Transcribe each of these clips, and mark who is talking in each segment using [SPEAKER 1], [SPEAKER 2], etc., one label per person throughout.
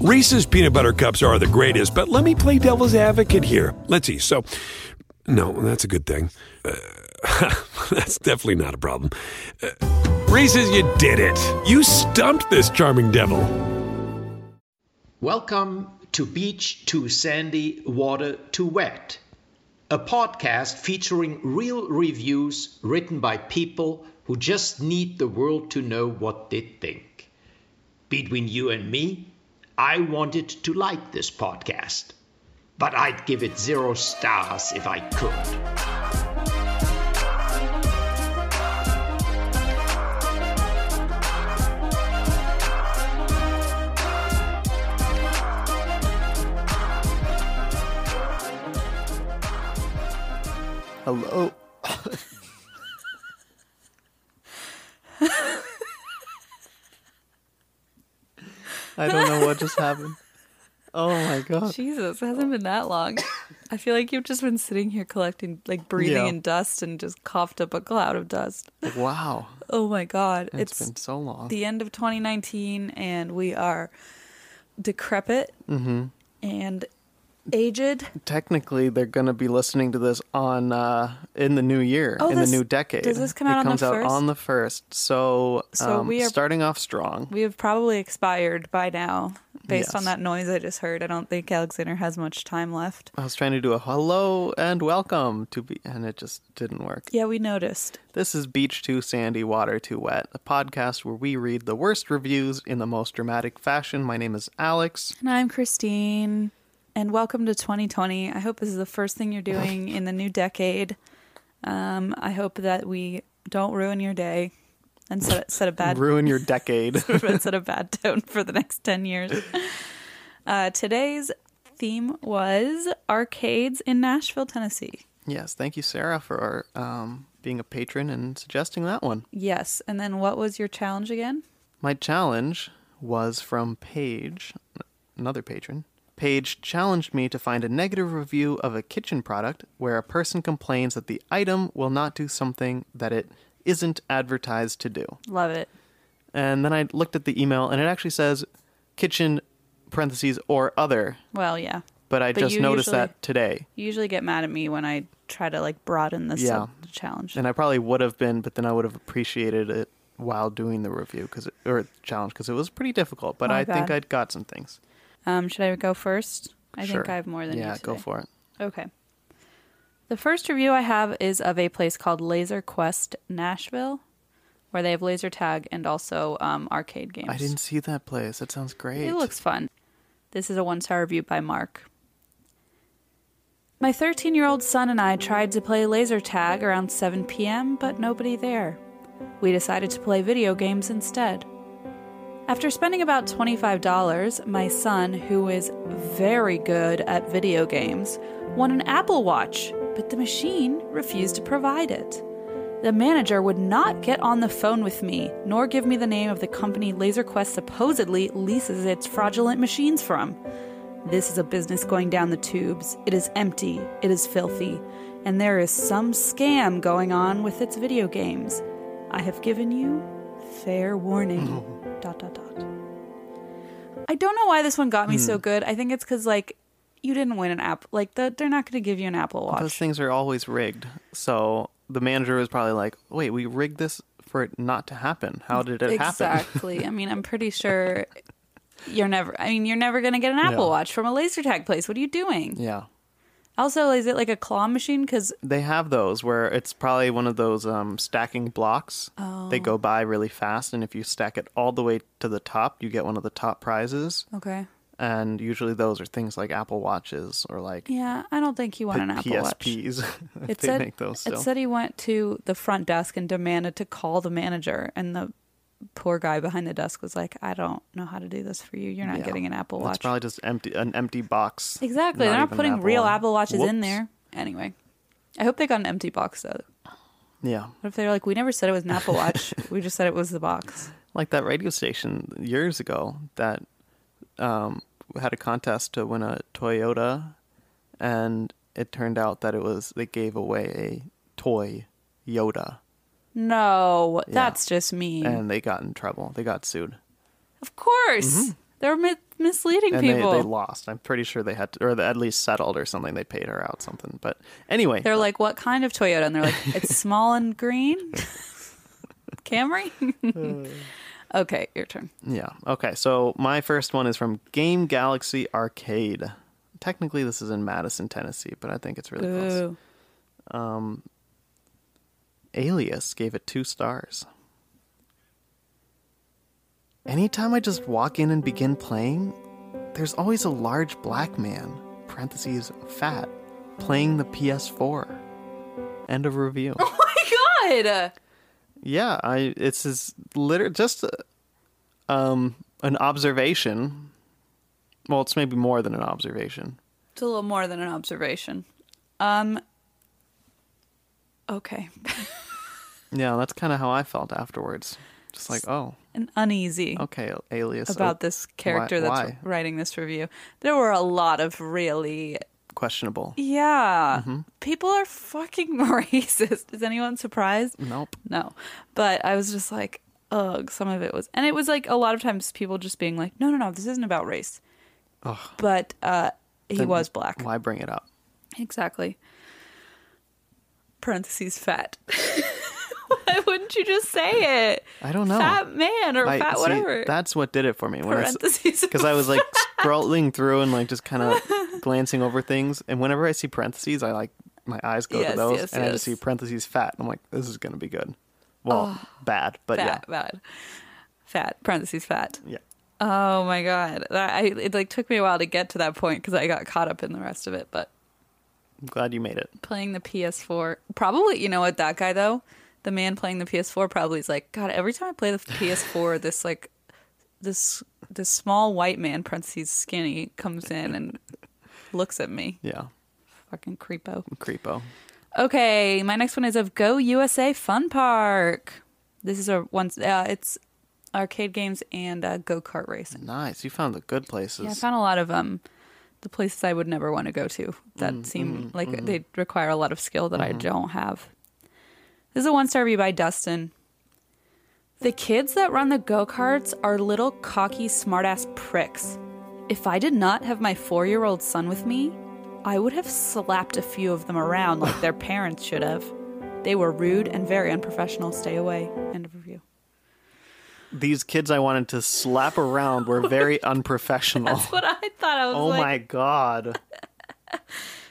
[SPEAKER 1] Reese's peanut butter cups are the greatest, but let me play devil's advocate here. Let's see. So, no, that's a good thing. Uh, that's definitely not a problem. Uh, Reese's, you did it. You stumped this charming devil.
[SPEAKER 2] Welcome to Beach to Sandy, Water to Wet, a podcast featuring real reviews written by people who just need the world to know what they think. Between you and me, I wanted to like this podcast, but I'd give it zero stars if I could.
[SPEAKER 3] Hello. I don't know what just happened. Oh my god.
[SPEAKER 4] Jesus, it
[SPEAKER 3] Oh.
[SPEAKER 4] hasn't been that long. I feel like you've just been sitting here collecting, like breathing
[SPEAKER 3] Yeah.
[SPEAKER 4] in dust and just coughed up a cloud of dust.
[SPEAKER 3] Wow.
[SPEAKER 4] Oh my God.
[SPEAKER 3] it's been so long.
[SPEAKER 4] the end of 2019 and we are decrepit
[SPEAKER 3] Mm-hmm.
[SPEAKER 4] and aged.
[SPEAKER 3] Technically, they're going to be listening to this on uh in the new year,
[SPEAKER 4] Oh,
[SPEAKER 3] in
[SPEAKER 4] this-
[SPEAKER 3] the new decade.
[SPEAKER 4] does this come
[SPEAKER 3] it
[SPEAKER 4] out on the
[SPEAKER 3] comes out
[SPEAKER 4] 1st?
[SPEAKER 3] on the 1st. So,
[SPEAKER 4] So
[SPEAKER 3] um,
[SPEAKER 4] we are-
[SPEAKER 3] starting off strong.
[SPEAKER 4] We have probably expired by now based on
[SPEAKER 3] Yes.
[SPEAKER 4] that noise I just heard. I don't think Alexander has much time left.
[SPEAKER 3] I was trying to do a hello and welcome to be and it just didn't work.
[SPEAKER 4] Yeah, we noticed.
[SPEAKER 3] This is Beach Too Sandy, Water Too Wet, a podcast where we read the worst reviews in the most dramatic fashion. My name is Alex.
[SPEAKER 4] And I'm Christine. And welcome to 2020. I hope this is the first thing you're doing in the new decade. Um, I hope that we don't ruin your day and set, set a bad
[SPEAKER 3] Ruin your decade.
[SPEAKER 4] set a bad tone for the next 10 years. Uh, today's theme was arcades in Nashville, Tennessee.
[SPEAKER 3] yes, thank you, Sarah, for um, being a patron and suggesting that one.
[SPEAKER 4] Yes. And then what was your challenge again?
[SPEAKER 3] My challenge was from Paige, another patron. Paige challenged me to find a negative review of a kitchen product where a person complains that the item will not do something that it isn't advertised to do.
[SPEAKER 4] Love it.
[SPEAKER 3] And then I looked at the email and it actually says kitchen parentheses or other,
[SPEAKER 4] Well, yeah.
[SPEAKER 3] but I
[SPEAKER 4] But
[SPEAKER 3] just
[SPEAKER 4] you
[SPEAKER 3] noticed
[SPEAKER 4] usually-
[SPEAKER 3] that today.
[SPEAKER 4] You usually get mad at me when I try to like broaden this
[SPEAKER 3] Yeah.
[SPEAKER 4] up- challenge.
[SPEAKER 3] And I probably would have been, but then I would have appreciated it while doing the review cuz or challenge because it was pretty difficult, but
[SPEAKER 4] Oh my
[SPEAKER 3] I think
[SPEAKER 4] God.
[SPEAKER 3] I'd got some things.
[SPEAKER 4] Um, should I go first? I think
[SPEAKER 3] Sure.
[SPEAKER 4] I have more than you.
[SPEAKER 3] Yeah, go
[SPEAKER 4] today.
[SPEAKER 3] for it.
[SPEAKER 4] Okay. The first review I have is of a place called Laser Quest Nashville, where they have laser tag and also um, arcade games.
[SPEAKER 3] I didn't see that place. That sounds great.
[SPEAKER 4] It looks fun. This is a one star review by Mark. My 13 year old son and I tried to play laser tag around 7 p.m., but nobody there. We decided to play video games instead. After spending about $25, my son, who is very good at video games, won an Apple Watch, but the machine refused to provide it. The manager would not get on the phone with me, nor give me the name of the company LaserQuest supposedly leases its fraudulent machines from. This is a business going down the tubes. It is empty, it is filthy, and there is some scam going on with its video games. I have given you fair warning. dot dot dot. I don't know why this one got me so good. I think it's because like you didn't win an app. Like the, they're not going to give you an Apple Watch.
[SPEAKER 3] Those things are always rigged. So the manager was probably like, "Wait, we rigged this for it not to happen. How did it happen?"
[SPEAKER 4] Exactly. I mean, I'm pretty sure you're never. I mean, you're never going to get an Apple
[SPEAKER 3] Yeah.
[SPEAKER 4] Watch from a laser tag place. What are you doing?
[SPEAKER 3] Yeah.
[SPEAKER 4] Also, is it like a claw machine? Because
[SPEAKER 3] They have those where it's probably one of those um, stacking blocks. Oh. They go by really fast, and if you stack it all the way to the top, you get one of the top prizes.
[SPEAKER 4] okay,
[SPEAKER 3] And usually those are things like Apple Watches or like
[SPEAKER 4] yeah, I don't think you want an Apple Watch.
[SPEAKER 3] PSPs.
[SPEAKER 4] It
[SPEAKER 3] they
[SPEAKER 4] said
[SPEAKER 3] make those
[SPEAKER 4] it
[SPEAKER 3] still.
[SPEAKER 4] said he went to the front desk and demanded to call the manager, and the poor guy behind the desk was like, "I don't know how to do this for you. You're not
[SPEAKER 3] Yeah.
[SPEAKER 4] getting an Apple
[SPEAKER 3] It's
[SPEAKER 4] Watch."
[SPEAKER 3] probably just empty an empty box.
[SPEAKER 4] Exactly. They're not
[SPEAKER 3] even
[SPEAKER 4] putting
[SPEAKER 3] Apple
[SPEAKER 4] real
[SPEAKER 3] on.
[SPEAKER 4] Apple Watches in
[SPEAKER 3] Whoops.
[SPEAKER 4] there. Anyway, I hope they got an empty box though.
[SPEAKER 3] Yeah.
[SPEAKER 4] What if they were like, we never said it was an Apple Watch. we just said it was the box.
[SPEAKER 3] like that radio station years ago that um, had a contest to win a Toyota, and it turned out that it was they gave away a toy Yoda,
[SPEAKER 4] No, that's just mean. Hmm.
[SPEAKER 3] and they got in trouble. They got sued.
[SPEAKER 4] of course. They're mi- misleading
[SPEAKER 3] Mm-hmm. and they,
[SPEAKER 4] people.
[SPEAKER 3] they lost. I'm pretty sure they had to, or they at least settled or something. They paid her out something. But anyway,
[SPEAKER 4] They're like, what kind of Toyota? And they're like, it's small and green. Camry?
[SPEAKER 3] Uh.
[SPEAKER 4] okay, your turn.
[SPEAKER 3] yeah. Okay, so my first one is from Game Galaxy Arcade. Technically, this is in Madison, Tennessee, but I think it's really close.
[SPEAKER 4] Ooh.
[SPEAKER 3] Alias gave it two stars. Anytime I just walk in and begin playing, there's always a large black man, parentheses fat, playing the PS4. End of review.
[SPEAKER 4] Oh my god!
[SPEAKER 3] Yeah, I it's his liter just uh, um an observation. Well, it's maybe more than an observation.
[SPEAKER 4] It's a little more than an observation. Um. Okay.
[SPEAKER 3] Yeah, that's kind of how I felt afterwards. Just like, oh,
[SPEAKER 4] An uneasy
[SPEAKER 3] okay, alias. oh,
[SPEAKER 4] about this character
[SPEAKER 3] why-
[SPEAKER 4] that's
[SPEAKER 3] why?
[SPEAKER 4] writing this review. There were a lot of really.
[SPEAKER 3] questionable.
[SPEAKER 4] Yeah.
[SPEAKER 3] Mm-hmm.
[SPEAKER 4] People are fucking racist. Is anyone surprised?
[SPEAKER 3] Nope.
[SPEAKER 4] No. But I was just like, ugh, some of it was. And it was like a lot of times people just being like, no, no, no, this isn't about race. But uh, he
[SPEAKER 3] Then
[SPEAKER 4] was black.
[SPEAKER 3] Why bring it up?
[SPEAKER 4] Exactly. Parentheses fat. Why wouldn't you just say it?
[SPEAKER 3] I don't know.
[SPEAKER 4] Fat man or
[SPEAKER 3] I-
[SPEAKER 4] fat
[SPEAKER 3] see,
[SPEAKER 4] whatever.
[SPEAKER 3] That's what did it for me when I
[SPEAKER 4] Parentheses.
[SPEAKER 3] because I was like scrolling through and like just kind of glancing over things, and whenever I see parentheses, I like my eyes go
[SPEAKER 4] Yes,
[SPEAKER 3] to those,
[SPEAKER 4] yes,
[SPEAKER 3] and I just
[SPEAKER 4] yes.
[SPEAKER 3] see parentheses fat, and I'm like, this is gonna be good. Well, bad, but yeah,
[SPEAKER 4] fat, fat, fat. Parentheses fat.
[SPEAKER 3] yeah.
[SPEAKER 4] Oh my god, that I it like took me a while to get to that point because I got caught up in the rest of it. But
[SPEAKER 3] I'm glad you made it.
[SPEAKER 4] playing the PS4, probably you know what that guy though, the man playing the PS4 probably is like, God, every time I play the PS4, this like this this small white man parentheses skinny comes in and looks at me.
[SPEAKER 3] Yeah,
[SPEAKER 4] Fucking creepo.
[SPEAKER 3] creepo.
[SPEAKER 4] Okay, my next one is of Go USA Fun Park. This is a one. Uh, it's arcade games and uh, go kart racing.
[SPEAKER 3] Nice. You found the good places.
[SPEAKER 4] Yeah, I found a lot of um the places I would never want to go to that
[SPEAKER 3] Mm,
[SPEAKER 4] seem
[SPEAKER 3] mm-hmm,
[SPEAKER 4] like they require a lot of skill that I don't have. This is a one star review by Dustin. The kids that run the go karts are little cocky smartass pricks. If I did not have my four year old son with me, I would have slapped a few of them around like their parents should have. They were rude and very unprofessional. Stay away. End of review.
[SPEAKER 3] These kids I wanted to slap around were very unprofessional.
[SPEAKER 4] That's what I thought. I was
[SPEAKER 3] Oh
[SPEAKER 4] like,
[SPEAKER 3] my god.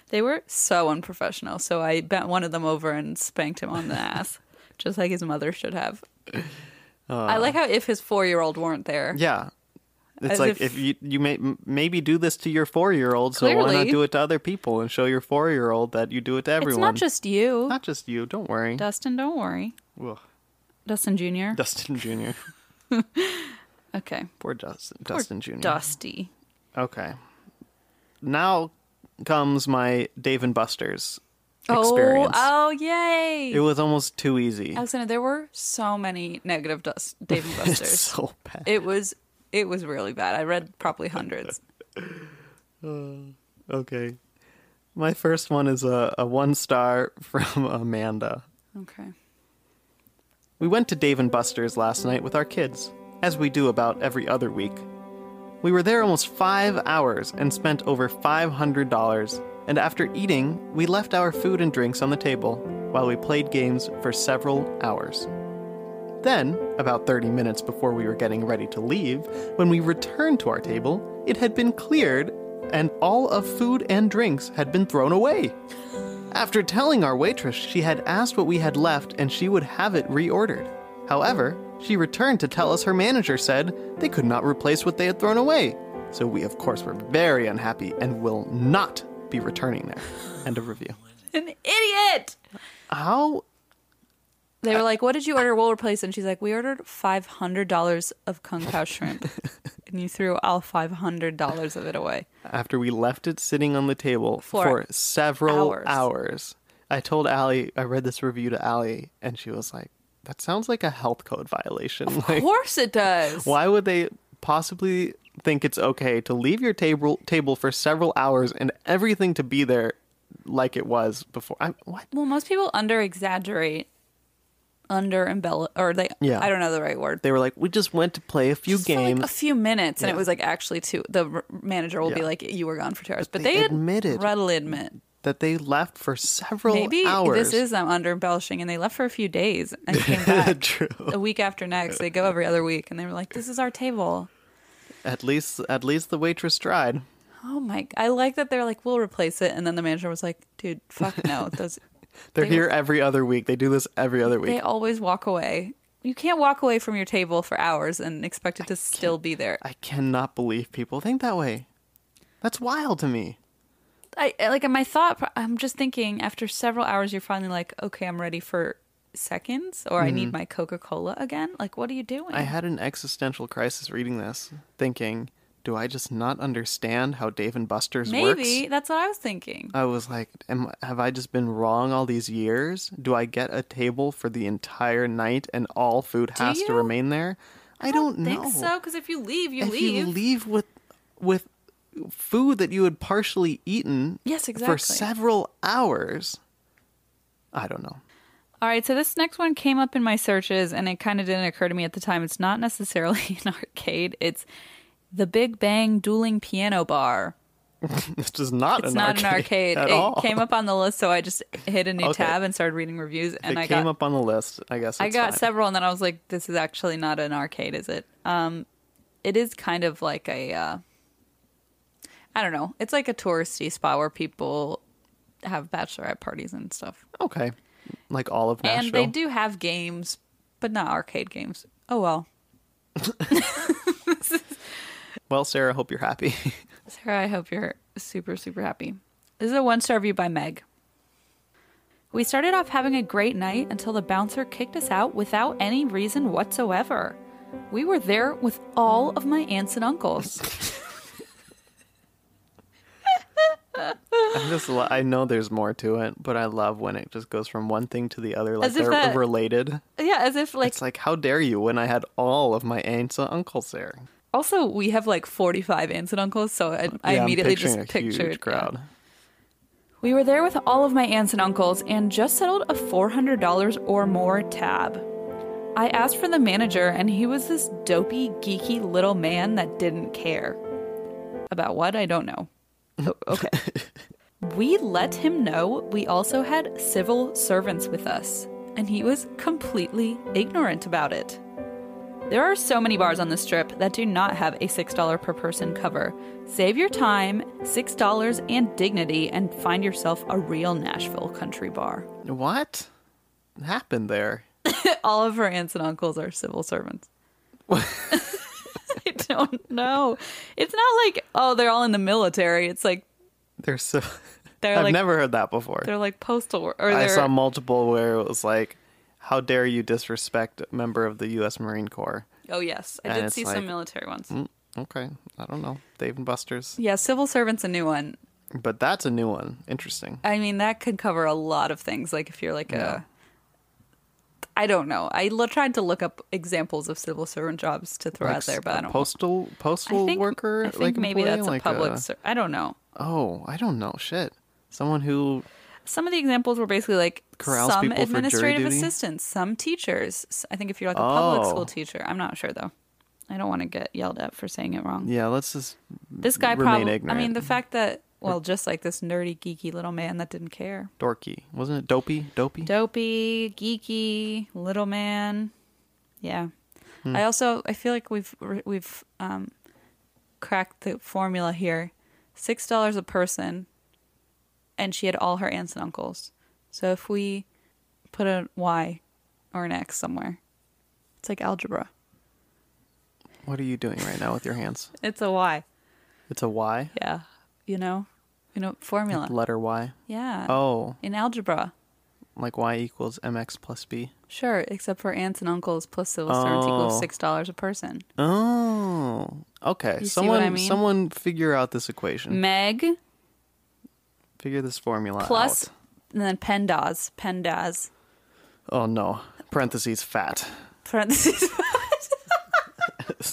[SPEAKER 4] They were so unprofessional. So I bent one of them over and spanked him on the ass, just like his mother should have. I like how if his four year old weren't there,
[SPEAKER 3] Yeah. It's
[SPEAKER 4] As
[SPEAKER 3] like
[SPEAKER 4] if-
[SPEAKER 3] if, you you may m- maybe do this to your four year old, so why not
[SPEAKER 4] Clearly.
[SPEAKER 3] do it to other people and show your four year old that you do it to
[SPEAKER 4] it's
[SPEAKER 3] everyone?
[SPEAKER 4] not just you,
[SPEAKER 3] Not just you. Don't worry.
[SPEAKER 4] Dustin. Don't worry,
[SPEAKER 3] Ugh.
[SPEAKER 4] Dustin Junior.
[SPEAKER 3] Dustin Jr.
[SPEAKER 4] okay,
[SPEAKER 3] Poor Dustin.
[SPEAKER 4] Poor
[SPEAKER 3] Dustin Jr.
[SPEAKER 4] Dusty.
[SPEAKER 3] okay. Now comes my Dave and Buster's experience.
[SPEAKER 4] Oh, oh, yay!
[SPEAKER 3] It was almost too easy.
[SPEAKER 4] Alexander, there were so many negative dust Dave and
[SPEAKER 3] It's
[SPEAKER 4] Buster's.
[SPEAKER 3] so bad.
[SPEAKER 4] it was it was really bad. I read probably hundreds.
[SPEAKER 3] Okay. My first one is a, a one star from Amanda.
[SPEAKER 4] Okay.
[SPEAKER 3] We went to Dave and Buster's last night with our kids, as we do about every other week. We were there almost five hours and spent over $500, and after eating, we left our food and drinks on the table while we played games for several hours. Then, about 30 minutes before we were getting ready to leave, when we returned to our table, it had been cleared and all of food and drinks had been thrown away. After telling our waitress she had asked what we had left and she would have it reordered. However, she returned to tell us her manager said they could not replace what they had thrown away. So we, of course, were very unhappy and will not be returning there. End of review.
[SPEAKER 4] An idiot.
[SPEAKER 3] How?
[SPEAKER 4] They were like, "What did you order? We'll replace." it." And she's like, "We ordered five hundred dollars of kung pao shrimp, and you threw all five hundred dollars of it away."
[SPEAKER 3] After we left it sitting on the table
[SPEAKER 4] For
[SPEAKER 3] for, several
[SPEAKER 4] hours.
[SPEAKER 3] hours. I told Allie, I read this review to Allie, and she was like, that sounds like a health code violation.
[SPEAKER 4] Of
[SPEAKER 3] like,
[SPEAKER 4] course it does.
[SPEAKER 3] Why would they possibly think it's okay to leave your table table for several hours and everything to be there like it was before? I, what?
[SPEAKER 4] Well, most people under exaggerate under embellish, or they,
[SPEAKER 3] Yeah.
[SPEAKER 4] I don't know the right word.
[SPEAKER 3] They were like, we just went to play a few
[SPEAKER 4] Just for,
[SPEAKER 3] games.
[SPEAKER 4] like a few minutes, and it
[SPEAKER 3] Yeah.
[SPEAKER 4] was like actually two. The r- manager will be
[SPEAKER 3] Yeah.
[SPEAKER 4] like, "You were gone for two hours," but
[SPEAKER 3] they
[SPEAKER 4] they,
[SPEAKER 3] admitted.
[SPEAKER 4] readily admit.
[SPEAKER 3] that they left for several
[SPEAKER 4] Maybe
[SPEAKER 3] hours.
[SPEAKER 4] this is them under embellishing, and they left for a few days and came back
[SPEAKER 3] true.
[SPEAKER 4] the week after next. They go every other week, and they were like, "This is our table."
[SPEAKER 3] At least, at least the waitress tried.
[SPEAKER 4] Oh my! I like that they're like, "We'll replace it," and then the manager was like, "Dude, fuck no! Those
[SPEAKER 3] They're
[SPEAKER 4] They-
[SPEAKER 3] here every other week. They do this every other week.
[SPEAKER 4] they always walk away. You can't walk away from your table for hours and expect it to still be there."
[SPEAKER 3] I cannot believe people think that way. That's wild to me.
[SPEAKER 4] I I- like my thought. pro- I'm just thinking. After several hours, you're finally like, okay, I'm ready for seconds, or I need my Coca Cola again. Like, what are you doing?
[SPEAKER 3] Mm-hmm. I had an existential crisis reading this, thinking, do I just not understand how Dave and Buster's
[SPEAKER 4] Maybe
[SPEAKER 3] works?
[SPEAKER 4] that's what I was thinking.
[SPEAKER 3] I was like, am, have I just been wrong all these years? Do I get a table for the entire night and all food has to
[SPEAKER 4] you?
[SPEAKER 3] remain there? I, don't,
[SPEAKER 4] Think
[SPEAKER 3] know.
[SPEAKER 4] so? Because if you leave, you
[SPEAKER 3] if
[SPEAKER 4] leave.
[SPEAKER 3] you leave with with food that you had partially eaten
[SPEAKER 4] Yes,
[SPEAKER 3] for
[SPEAKER 4] exactly.
[SPEAKER 3] several hours i don't know
[SPEAKER 4] All right, so this next one came up in my searches, and it kind of didn't occur to me at the time. It's not necessarily an arcade. It's the Big Bang Dueling Piano Bar.
[SPEAKER 3] this is not
[SPEAKER 4] It's
[SPEAKER 3] an arcade
[SPEAKER 4] not an arcade.
[SPEAKER 3] at
[SPEAKER 4] it
[SPEAKER 3] all
[SPEAKER 4] came up on the list, so I just hit a new
[SPEAKER 3] Okay.
[SPEAKER 4] tab and started reading reviews,
[SPEAKER 3] If
[SPEAKER 4] and
[SPEAKER 3] it
[SPEAKER 4] I
[SPEAKER 3] came
[SPEAKER 4] got
[SPEAKER 3] up on the list i guess
[SPEAKER 4] I
[SPEAKER 3] it's
[SPEAKER 4] got
[SPEAKER 3] fine.
[SPEAKER 4] several, and then I was like, "This is actually not an arcade, is it?" Um, it is kind of like a, uh, I don't know, it's like a touristy spot where people have bachelorette parties and stuff,
[SPEAKER 3] okay like all of nashville
[SPEAKER 4] and they do have games, but not arcade games. Oh well,
[SPEAKER 3] well sarah hope you're happy
[SPEAKER 4] Sarah, I hope you're super super happy. This is a one star review by Meg. We started off having a great night until the bouncer kicked us out without any reason whatsoever. We were there with all of my aunts and uncles.
[SPEAKER 3] i just lo- i know there's more to it but i love when it just goes from one thing to the other like
[SPEAKER 4] As if
[SPEAKER 3] they're
[SPEAKER 4] that-
[SPEAKER 3] related
[SPEAKER 4] Yeah, as if like,
[SPEAKER 3] it's like how dare you when i had all of my aunts and uncles there
[SPEAKER 4] also we have like 45 aunts and uncles, so I, I
[SPEAKER 3] Yeah, I'm
[SPEAKER 4] immediately
[SPEAKER 3] picturing
[SPEAKER 4] just
[SPEAKER 3] a huge
[SPEAKER 4] pictured yeah.
[SPEAKER 3] crowd
[SPEAKER 4] We were there with all of my aunts and uncles and just settled a $400 or more tab. I asked for the manager, and he was this dopey, geeky little man that didn't care. About what? I don't know. O- Okay. we let him know we also had civil servants with us, and he was completely ignorant about it. There are so many bars on the strip that do not have a $6 per person cover. Save your time, $6 and dignity, and find yourself a real Nashville country bar.
[SPEAKER 3] what happened there
[SPEAKER 4] All of her aunts and uncles are civil servants. I don't know. It's not like, oh, they're all in the military. It's like
[SPEAKER 3] They're so.
[SPEAKER 4] They're
[SPEAKER 3] I've
[SPEAKER 4] like-
[SPEAKER 3] never heard that before.
[SPEAKER 4] they're like postal wor- or
[SPEAKER 3] I
[SPEAKER 4] they're
[SPEAKER 3] saw multiple where it was like, "How dare you disrespect a member of the U.S. Marine Corps?"
[SPEAKER 4] Oh yes, I
[SPEAKER 3] And
[SPEAKER 4] did
[SPEAKER 3] it's
[SPEAKER 4] see
[SPEAKER 3] like- mm.
[SPEAKER 4] some military ones.
[SPEAKER 3] Okay, I don't know. Dave and Buster's,
[SPEAKER 4] Yeah, civil servants a new one.
[SPEAKER 3] but that's a new one. Interesting.
[SPEAKER 4] I mean, that could cover a lot of things. Like if you're like a, I don't know. I lo- tried to look up examples of civil servant jobs to throw
[SPEAKER 3] Like
[SPEAKER 4] out there,
[SPEAKER 3] s-
[SPEAKER 4] but
[SPEAKER 3] a
[SPEAKER 4] I don't.
[SPEAKER 3] postal postal
[SPEAKER 4] I think,
[SPEAKER 3] worker.
[SPEAKER 4] I think
[SPEAKER 3] like
[SPEAKER 4] maybe
[SPEAKER 3] employee?
[SPEAKER 4] that's
[SPEAKER 3] like uh,
[SPEAKER 4] a public. ser- I don't know.
[SPEAKER 3] oh, I don't know. Shit. Someone who
[SPEAKER 4] Some of the examples were basically like
[SPEAKER 3] Corrals
[SPEAKER 4] some
[SPEAKER 3] people for jury
[SPEAKER 4] administrative
[SPEAKER 3] duty?
[SPEAKER 4] assistants, some teachers. S- I think if you're like a public
[SPEAKER 3] Oh.
[SPEAKER 4] school teacher, I'm not sure though. I don't want to get yelled at for saying it wrong.
[SPEAKER 3] yeah. Let's just
[SPEAKER 4] This guy
[SPEAKER 3] remain
[SPEAKER 4] probably. I
[SPEAKER 3] ignorant.
[SPEAKER 4] mean, the fact that well, just like this nerdy, geeky little man that didn't care.
[SPEAKER 3] dorky. Wasn't it dopey? Dopey.
[SPEAKER 4] dopey, geeky, little man. Yeah.
[SPEAKER 3] Hmm.
[SPEAKER 4] I also I feel like we've we've um, cracked the formula here. Six dollars a person, and she had all her aunts and uncles. So if we put a Y or an X somewhere, it's like algebra.
[SPEAKER 3] what are you doing right now with your hands?
[SPEAKER 4] It's a Y.
[SPEAKER 3] It's a Y.
[SPEAKER 4] Yeah. You know, you know formula. Uh.
[SPEAKER 3] Letter Y.
[SPEAKER 4] Yeah.
[SPEAKER 3] Oh,
[SPEAKER 4] In algebra,
[SPEAKER 3] like Y equals mx plus b.
[SPEAKER 4] sure. Except for aunts and uncles plus civil servants equals
[SPEAKER 3] Oh.
[SPEAKER 4] six dollars a person.
[SPEAKER 3] Oh, okay.
[SPEAKER 4] You see
[SPEAKER 3] someone,
[SPEAKER 4] what I mean?
[SPEAKER 3] someone, figure out this equation.
[SPEAKER 4] Meg
[SPEAKER 3] Figure this formula
[SPEAKER 4] plus
[SPEAKER 3] out.
[SPEAKER 4] and then pendas pendas
[SPEAKER 3] Oh no! Parentheses fat.
[SPEAKER 4] parentheses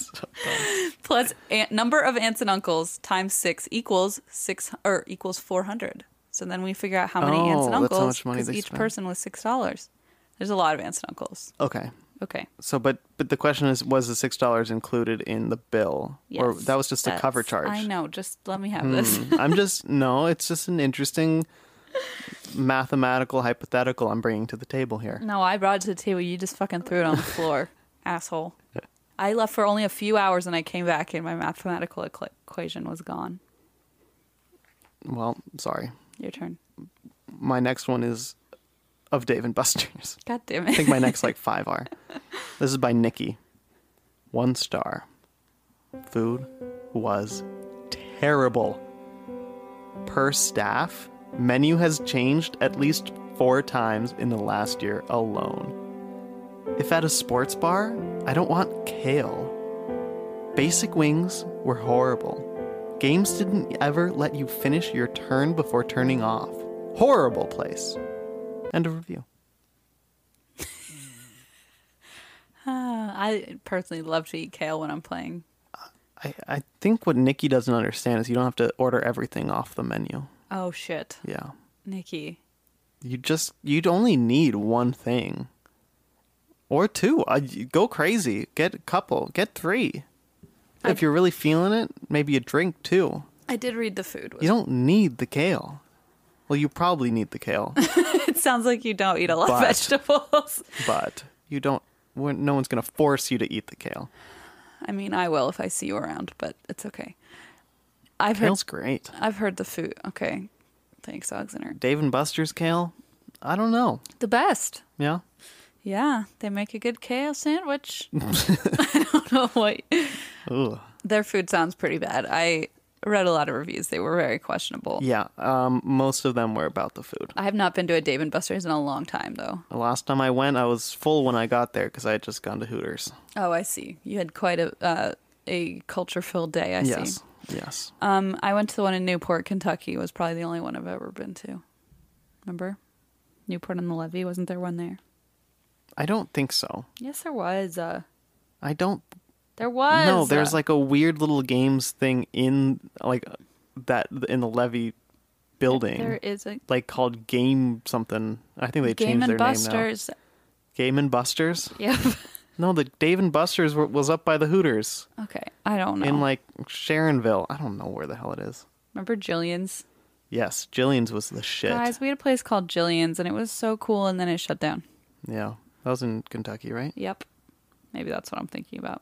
[SPEAKER 4] plus aunt, number of aunts and uncles times six equals six or equals 400 so then we figure out how many aunts and
[SPEAKER 3] Oh, that's how
[SPEAKER 4] uncles
[SPEAKER 3] much money
[SPEAKER 4] because
[SPEAKER 3] they
[SPEAKER 4] each
[SPEAKER 3] spend.
[SPEAKER 4] person was six dollars There's a lot of aunts and uncles.
[SPEAKER 3] Okay.
[SPEAKER 4] Okay.
[SPEAKER 3] So, but but the question is, was the six dollars included in the bill, or
[SPEAKER 4] Yes,
[SPEAKER 3] that was just a cover
[SPEAKER 4] that's-
[SPEAKER 3] charge? Hmm.
[SPEAKER 4] I know. Just let me have this.
[SPEAKER 3] I'm just no. It's just an interesting mathematical hypothetical I'm bringing to the table here.
[SPEAKER 4] No, I brought it to the table. You just fucking threw it on the floor, asshole. I left for only a few hours and I came back and my mathematical equ- equation was gone.
[SPEAKER 3] Well, sorry.
[SPEAKER 4] Your turn.
[SPEAKER 3] My next one is of Dave and Buster's.
[SPEAKER 4] God damn
[SPEAKER 3] I
[SPEAKER 4] it.
[SPEAKER 3] think my next like five are. This is by Nikki. One star. Food was terrible. Per staff, menu has changed at least four times in the last year alone. If at a sports bar, I don't want kale. Basic wings were horrible. Games didn't ever let you finish your turn before turning off. Horrible place. End of review.
[SPEAKER 4] Uh, I personally love to eat kale when I'm playing.
[SPEAKER 3] I, I think what Nikki doesn't understand is you don't have to order everything off the menu.
[SPEAKER 4] Oh shit,
[SPEAKER 3] Yeah.
[SPEAKER 4] Nikki.
[SPEAKER 3] You just, you'd only need one thing or two. Uh, you- go crazy. Get a couple, get three. if you're really feeling it, maybe a drink too.
[SPEAKER 4] I did read the food.
[SPEAKER 3] You don't need the kale. Well, you probably need the kale,
[SPEAKER 4] it sounds like you don't eat a lot of
[SPEAKER 3] But-
[SPEAKER 4] vegetables.
[SPEAKER 3] but you don't, we're- no one's going to force you to eat the kale.
[SPEAKER 4] I mean, I will if I see you around, but it's okay. I've heard.
[SPEAKER 3] Kale's great.
[SPEAKER 4] I've heard the food. Okay, thanks, Alexander.
[SPEAKER 3] Dave and Buster's kale, I don't know.
[SPEAKER 4] The best.
[SPEAKER 3] Yeah.
[SPEAKER 4] Yeah, they make a good kale sandwich. I don't know what.
[SPEAKER 3] Ugh.
[SPEAKER 4] Their food sounds pretty bad. I read a lot of reviews. They were very questionable.
[SPEAKER 3] Yeah. Um, most of them were about the food.
[SPEAKER 4] I have not been to a Dave and Buster's in a long time, though.
[SPEAKER 3] The last time I went, I was full when I got there because I had just gone to Hooters.
[SPEAKER 4] Oh, I see. You had quite a uh, a culture filled day. I
[SPEAKER 3] yes,
[SPEAKER 4] see.
[SPEAKER 3] yes.
[SPEAKER 4] Um, I went to the one in Newport, Kentucky. Was probably the only one I've ever been to. Remember, Newport on the Levee? Wasn't there one there?
[SPEAKER 3] I don't think so.
[SPEAKER 4] Yes, there was. Uh,
[SPEAKER 3] I don't.
[SPEAKER 4] there was.
[SPEAKER 3] no, there's
[SPEAKER 4] uh,
[SPEAKER 3] like a weird little games thing in like that in the Levy building,
[SPEAKER 4] there is a
[SPEAKER 3] like called Game something. I think they
[SPEAKER 4] Game
[SPEAKER 3] changed
[SPEAKER 4] and
[SPEAKER 3] their name
[SPEAKER 4] Buster's.
[SPEAKER 3] now. Game and Busters.
[SPEAKER 4] Yep.
[SPEAKER 3] No, the Dave and Busters were, was up by the Hooters
[SPEAKER 4] okay, I don't know.
[SPEAKER 3] in like Sharonville. I don't know where the hell it is.
[SPEAKER 4] Remember Jillian's?
[SPEAKER 3] Yes, Jillian's was the shit.
[SPEAKER 4] Guys, we had a place called Jillian's, and it was so cool, and then it shut down.
[SPEAKER 3] Yeah, that was in Kentucky, right?
[SPEAKER 4] Yep. Maybe that's what I'm thinking about.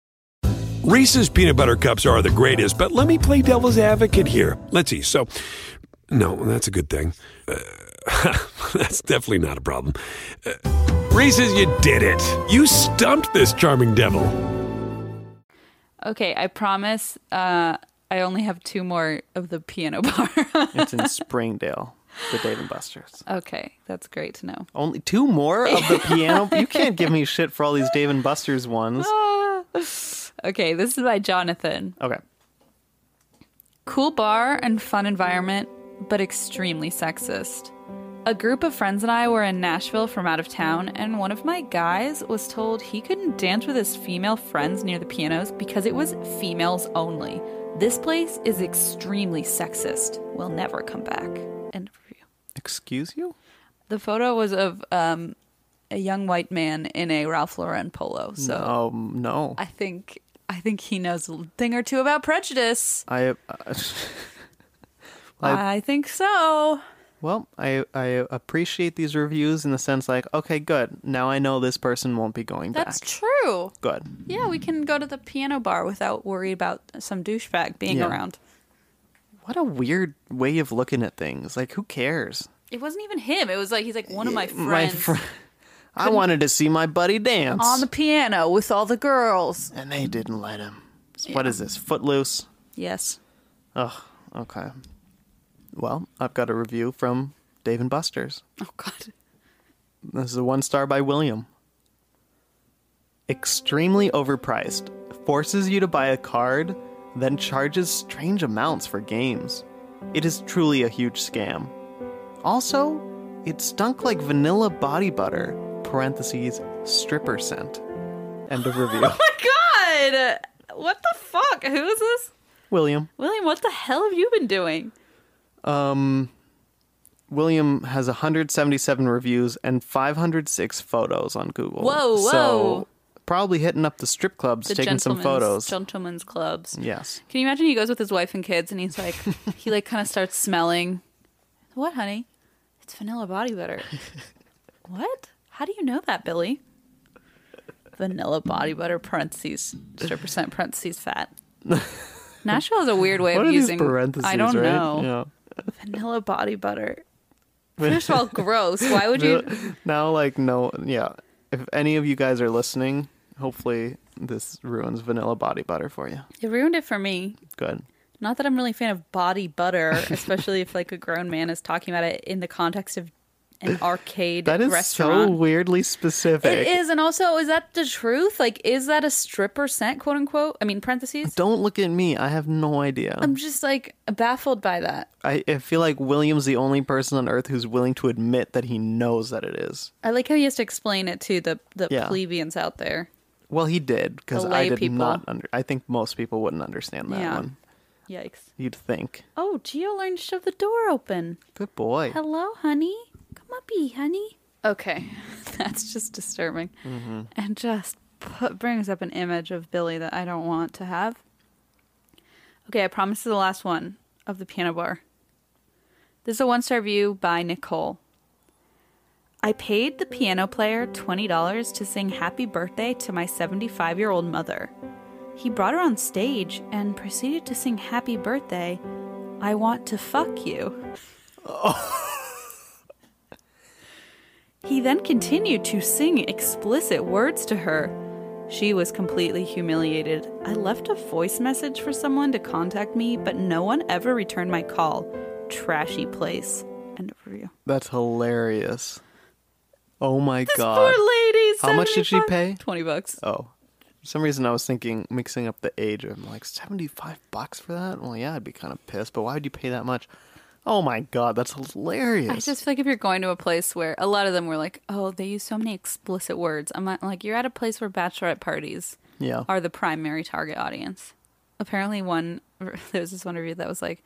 [SPEAKER 1] Reese's peanut butter cups are the greatest, but let me play devil's advocate here. Let's see. So, no, that's a good thing. Uh, that's definitely not a problem. Uh, Reese's, you did it. You stumped this charming devil.
[SPEAKER 4] Okay, I promise uh, I only have two more of the piano bar.
[SPEAKER 3] It's in Springdale, the Dave and Buster's.
[SPEAKER 4] okay, that's great to know.
[SPEAKER 3] Only two more of the piano. You can't give me shit for all these Dave and Buster's ones.
[SPEAKER 4] Okay, this is by Jonathan.
[SPEAKER 3] Okay.
[SPEAKER 4] Cool bar and fun environment, but extremely sexist. A group of friends and I were in Nashville from out of town, and one of my guys was told he couldn't dance with his female friends near the pianos because it was females only. This place is extremely sexist. We'll never come back. End of review.
[SPEAKER 3] Excuse you?
[SPEAKER 4] The photo was of um, a young white man in a Ralph Lauren polo. So
[SPEAKER 3] Um, no.
[SPEAKER 4] I think I think he knows a thing or two about prejudice.
[SPEAKER 3] I. Uh,
[SPEAKER 4] I think so.
[SPEAKER 3] well, I I appreciate these reviews in the sense like, okay, good. Now I know this person won't be going
[SPEAKER 4] That's
[SPEAKER 3] back.
[SPEAKER 4] true.
[SPEAKER 3] Good.
[SPEAKER 4] Yeah, we can go to the piano bar without worry about some douchebag being
[SPEAKER 3] Yeah.
[SPEAKER 4] around.
[SPEAKER 3] What a weird way of looking at things. Like, who cares?
[SPEAKER 4] It wasn't even him. It was like he's like one of my friends
[SPEAKER 3] fr- I wanted to see my buddy dance,
[SPEAKER 4] on the piano with all the girls.
[SPEAKER 3] and they didn't let him. What is this? Footloose.
[SPEAKER 4] Yes.
[SPEAKER 3] Ugh. Okay. Well, I've got a review from Dave and Buster's.
[SPEAKER 4] Oh God.
[SPEAKER 3] This is a one star by William. extremely overpriced, forces you to buy a card, then charges strange amounts for games. It is truly a huge scam. Also, it stunk like vanilla body butter, parentheses, stripper scent. End of review.
[SPEAKER 4] Oh God! What the fuck? Who is this?
[SPEAKER 3] William.
[SPEAKER 4] William, what the hell have you been doing?
[SPEAKER 3] William has 177 reviews and 506 photos on Google.
[SPEAKER 4] Whoa, whoa.
[SPEAKER 3] So probably hitting up the strip clubs,
[SPEAKER 4] The
[SPEAKER 3] taking some
[SPEAKER 4] gentlemen's-
[SPEAKER 3] photos.
[SPEAKER 4] Gentlemen's clubs.
[SPEAKER 3] yes.
[SPEAKER 4] Can you imagine he goes with his wife and kids and he's like, he like kind of starts smelling. What, honey? It's vanilla body butter. what? How do you know that, Billy? Vanilla body butter, parentheses, zero percent parentheses fat. Nashville has a weird way
[SPEAKER 3] What
[SPEAKER 4] of
[SPEAKER 3] are
[SPEAKER 4] using.
[SPEAKER 3] these parentheses?
[SPEAKER 4] I don't
[SPEAKER 3] right?
[SPEAKER 4] know.
[SPEAKER 3] Yeah.
[SPEAKER 4] Vanilla body butter. First of all, gross. Why would you?
[SPEAKER 3] now like no yeah if any of you guys are listening hopefully this ruins vanilla body butter for you
[SPEAKER 4] It ruined it for me.
[SPEAKER 3] good
[SPEAKER 4] Not that I'm really a fan of body butter, especially if like a grown man is talking about it in the context of an arcade
[SPEAKER 3] that is
[SPEAKER 4] restaurant.
[SPEAKER 3] so weirdly specific
[SPEAKER 4] It is, and also, is that the truth? Like, is that a stripper scent, quote unquote? I mean, parentheses.
[SPEAKER 3] don't look at me i have no idea
[SPEAKER 4] I'm just like baffled by that.
[SPEAKER 3] I, I feel like william's the only person on earth who's willing to admit that he knows that it is
[SPEAKER 4] I like how he has to explain it to the the
[SPEAKER 3] Yeah.
[SPEAKER 4] plebeians out there.
[SPEAKER 3] well he did because
[SPEAKER 4] The
[SPEAKER 3] i
[SPEAKER 4] lay
[SPEAKER 3] did
[SPEAKER 4] people.
[SPEAKER 3] not under i think most people wouldn't understand that
[SPEAKER 4] Yeah.
[SPEAKER 3] one
[SPEAKER 4] Yikes!
[SPEAKER 3] you'd think
[SPEAKER 4] Oh, Geo learned to shove the door open.
[SPEAKER 3] good boy
[SPEAKER 4] Hello, honey. Come uppy, honey. Okay, that's just disturbing, and just put, brings up an image of Billy that I don't want to have. Okay, I promise this is the last one of the piano bar. This is a one star review by Nicole. I paid the piano player $20 to sing happy birthday to my 75 year old mother. He brought her on stage and proceeded to sing happy birthday, I want to fuck you. He then continued to sing explicit words to her. She was completely humiliated. I left a voice message for someone to contact me, but no one ever returned my call. Trashy place. End of review.
[SPEAKER 3] that's hilarious oh my god
[SPEAKER 4] Poor lady.
[SPEAKER 3] How much did she
[SPEAKER 4] 75
[SPEAKER 3] pay?
[SPEAKER 4] Twenty bucks.
[SPEAKER 3] Oh. For some reason I was thinking mixing up the age of like 75 bucks for that? Well, yeah, I'd be kind of pissed, but why would you pay that much? Oh my god, that's hilarious.
[SPEAKER 4] I just feel like if you're going to a place where a lot of them were like, oh, they use so many explicit words. I'm not- like, you're at a place where bachelorette parties
[SPEAKER 3] yeah.
[SPEAKER 4] are the primary target audience. Apparently, one there was this one review that was like,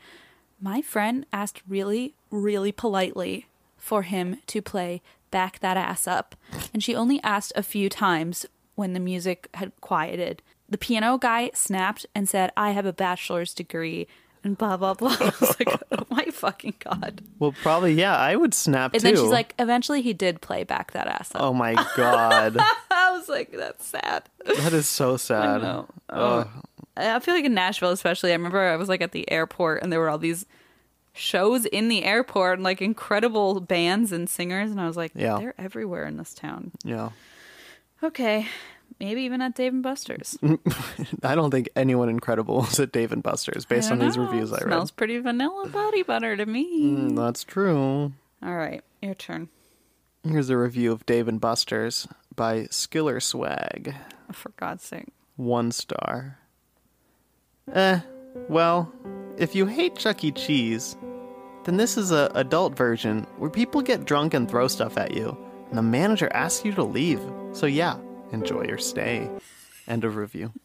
[SPEAKER 4] "My friend asked really, really politely for him to play back that ass up, and she only asked a few times when the music had quieted." The piano guy snapped and said, "I have a bachelor's degree." And blah blah blah. I was like, oh my fucking god!
[SPEAKER 3] Well, probably yeah, I would snap
[SPEAKER 4] And
[SPEAKER 3] too.
[SPEAKER 4] then she's like, eventually he did play back that ass up.
[SPEAKER 3] "Oh my god.
[SPEAKER 4] I was like, that's sad.
[SPEAKER 3] that is so sad."
[SPEAKER 4] No. Oh.
[SPEAKER 3] Oh.
[SPEAKER 4] I feel like in Nashville, especially, I remember I was like at the airport and there were all these shows in the airport and like incredible bands and singers. And I was like,
[SPEAKER 3] Yeah.
[SPEAKER 4] they're everywhere in this town.
[SPEAKER 3] Yeah.
[SPEAKER 4] Okay. Maybe even at Dave and Buster's.
[SPEAKER 3] I don't think anyone incredible was at Dave and Buster's based on these reviews I read.
[SPEAKER 4] Smells pretty vanilla body butter to me.
[SPEAKER 3] Mm, That's true.
[SPEAKER 4] All right. Your turn.
[SPEAKER 3] Here's a review of Dave and Buster's by Skiller Swag.
[SPEAKER 4] Oh, For God's sake.
[SPEAKER 3] one star. Eh, well, if you hate Chuck E. Cheese, then this is a adult version where people get drunk and throw stuff at you, and the manager asks you to leave. So yeah, enjoy your stay. End of review.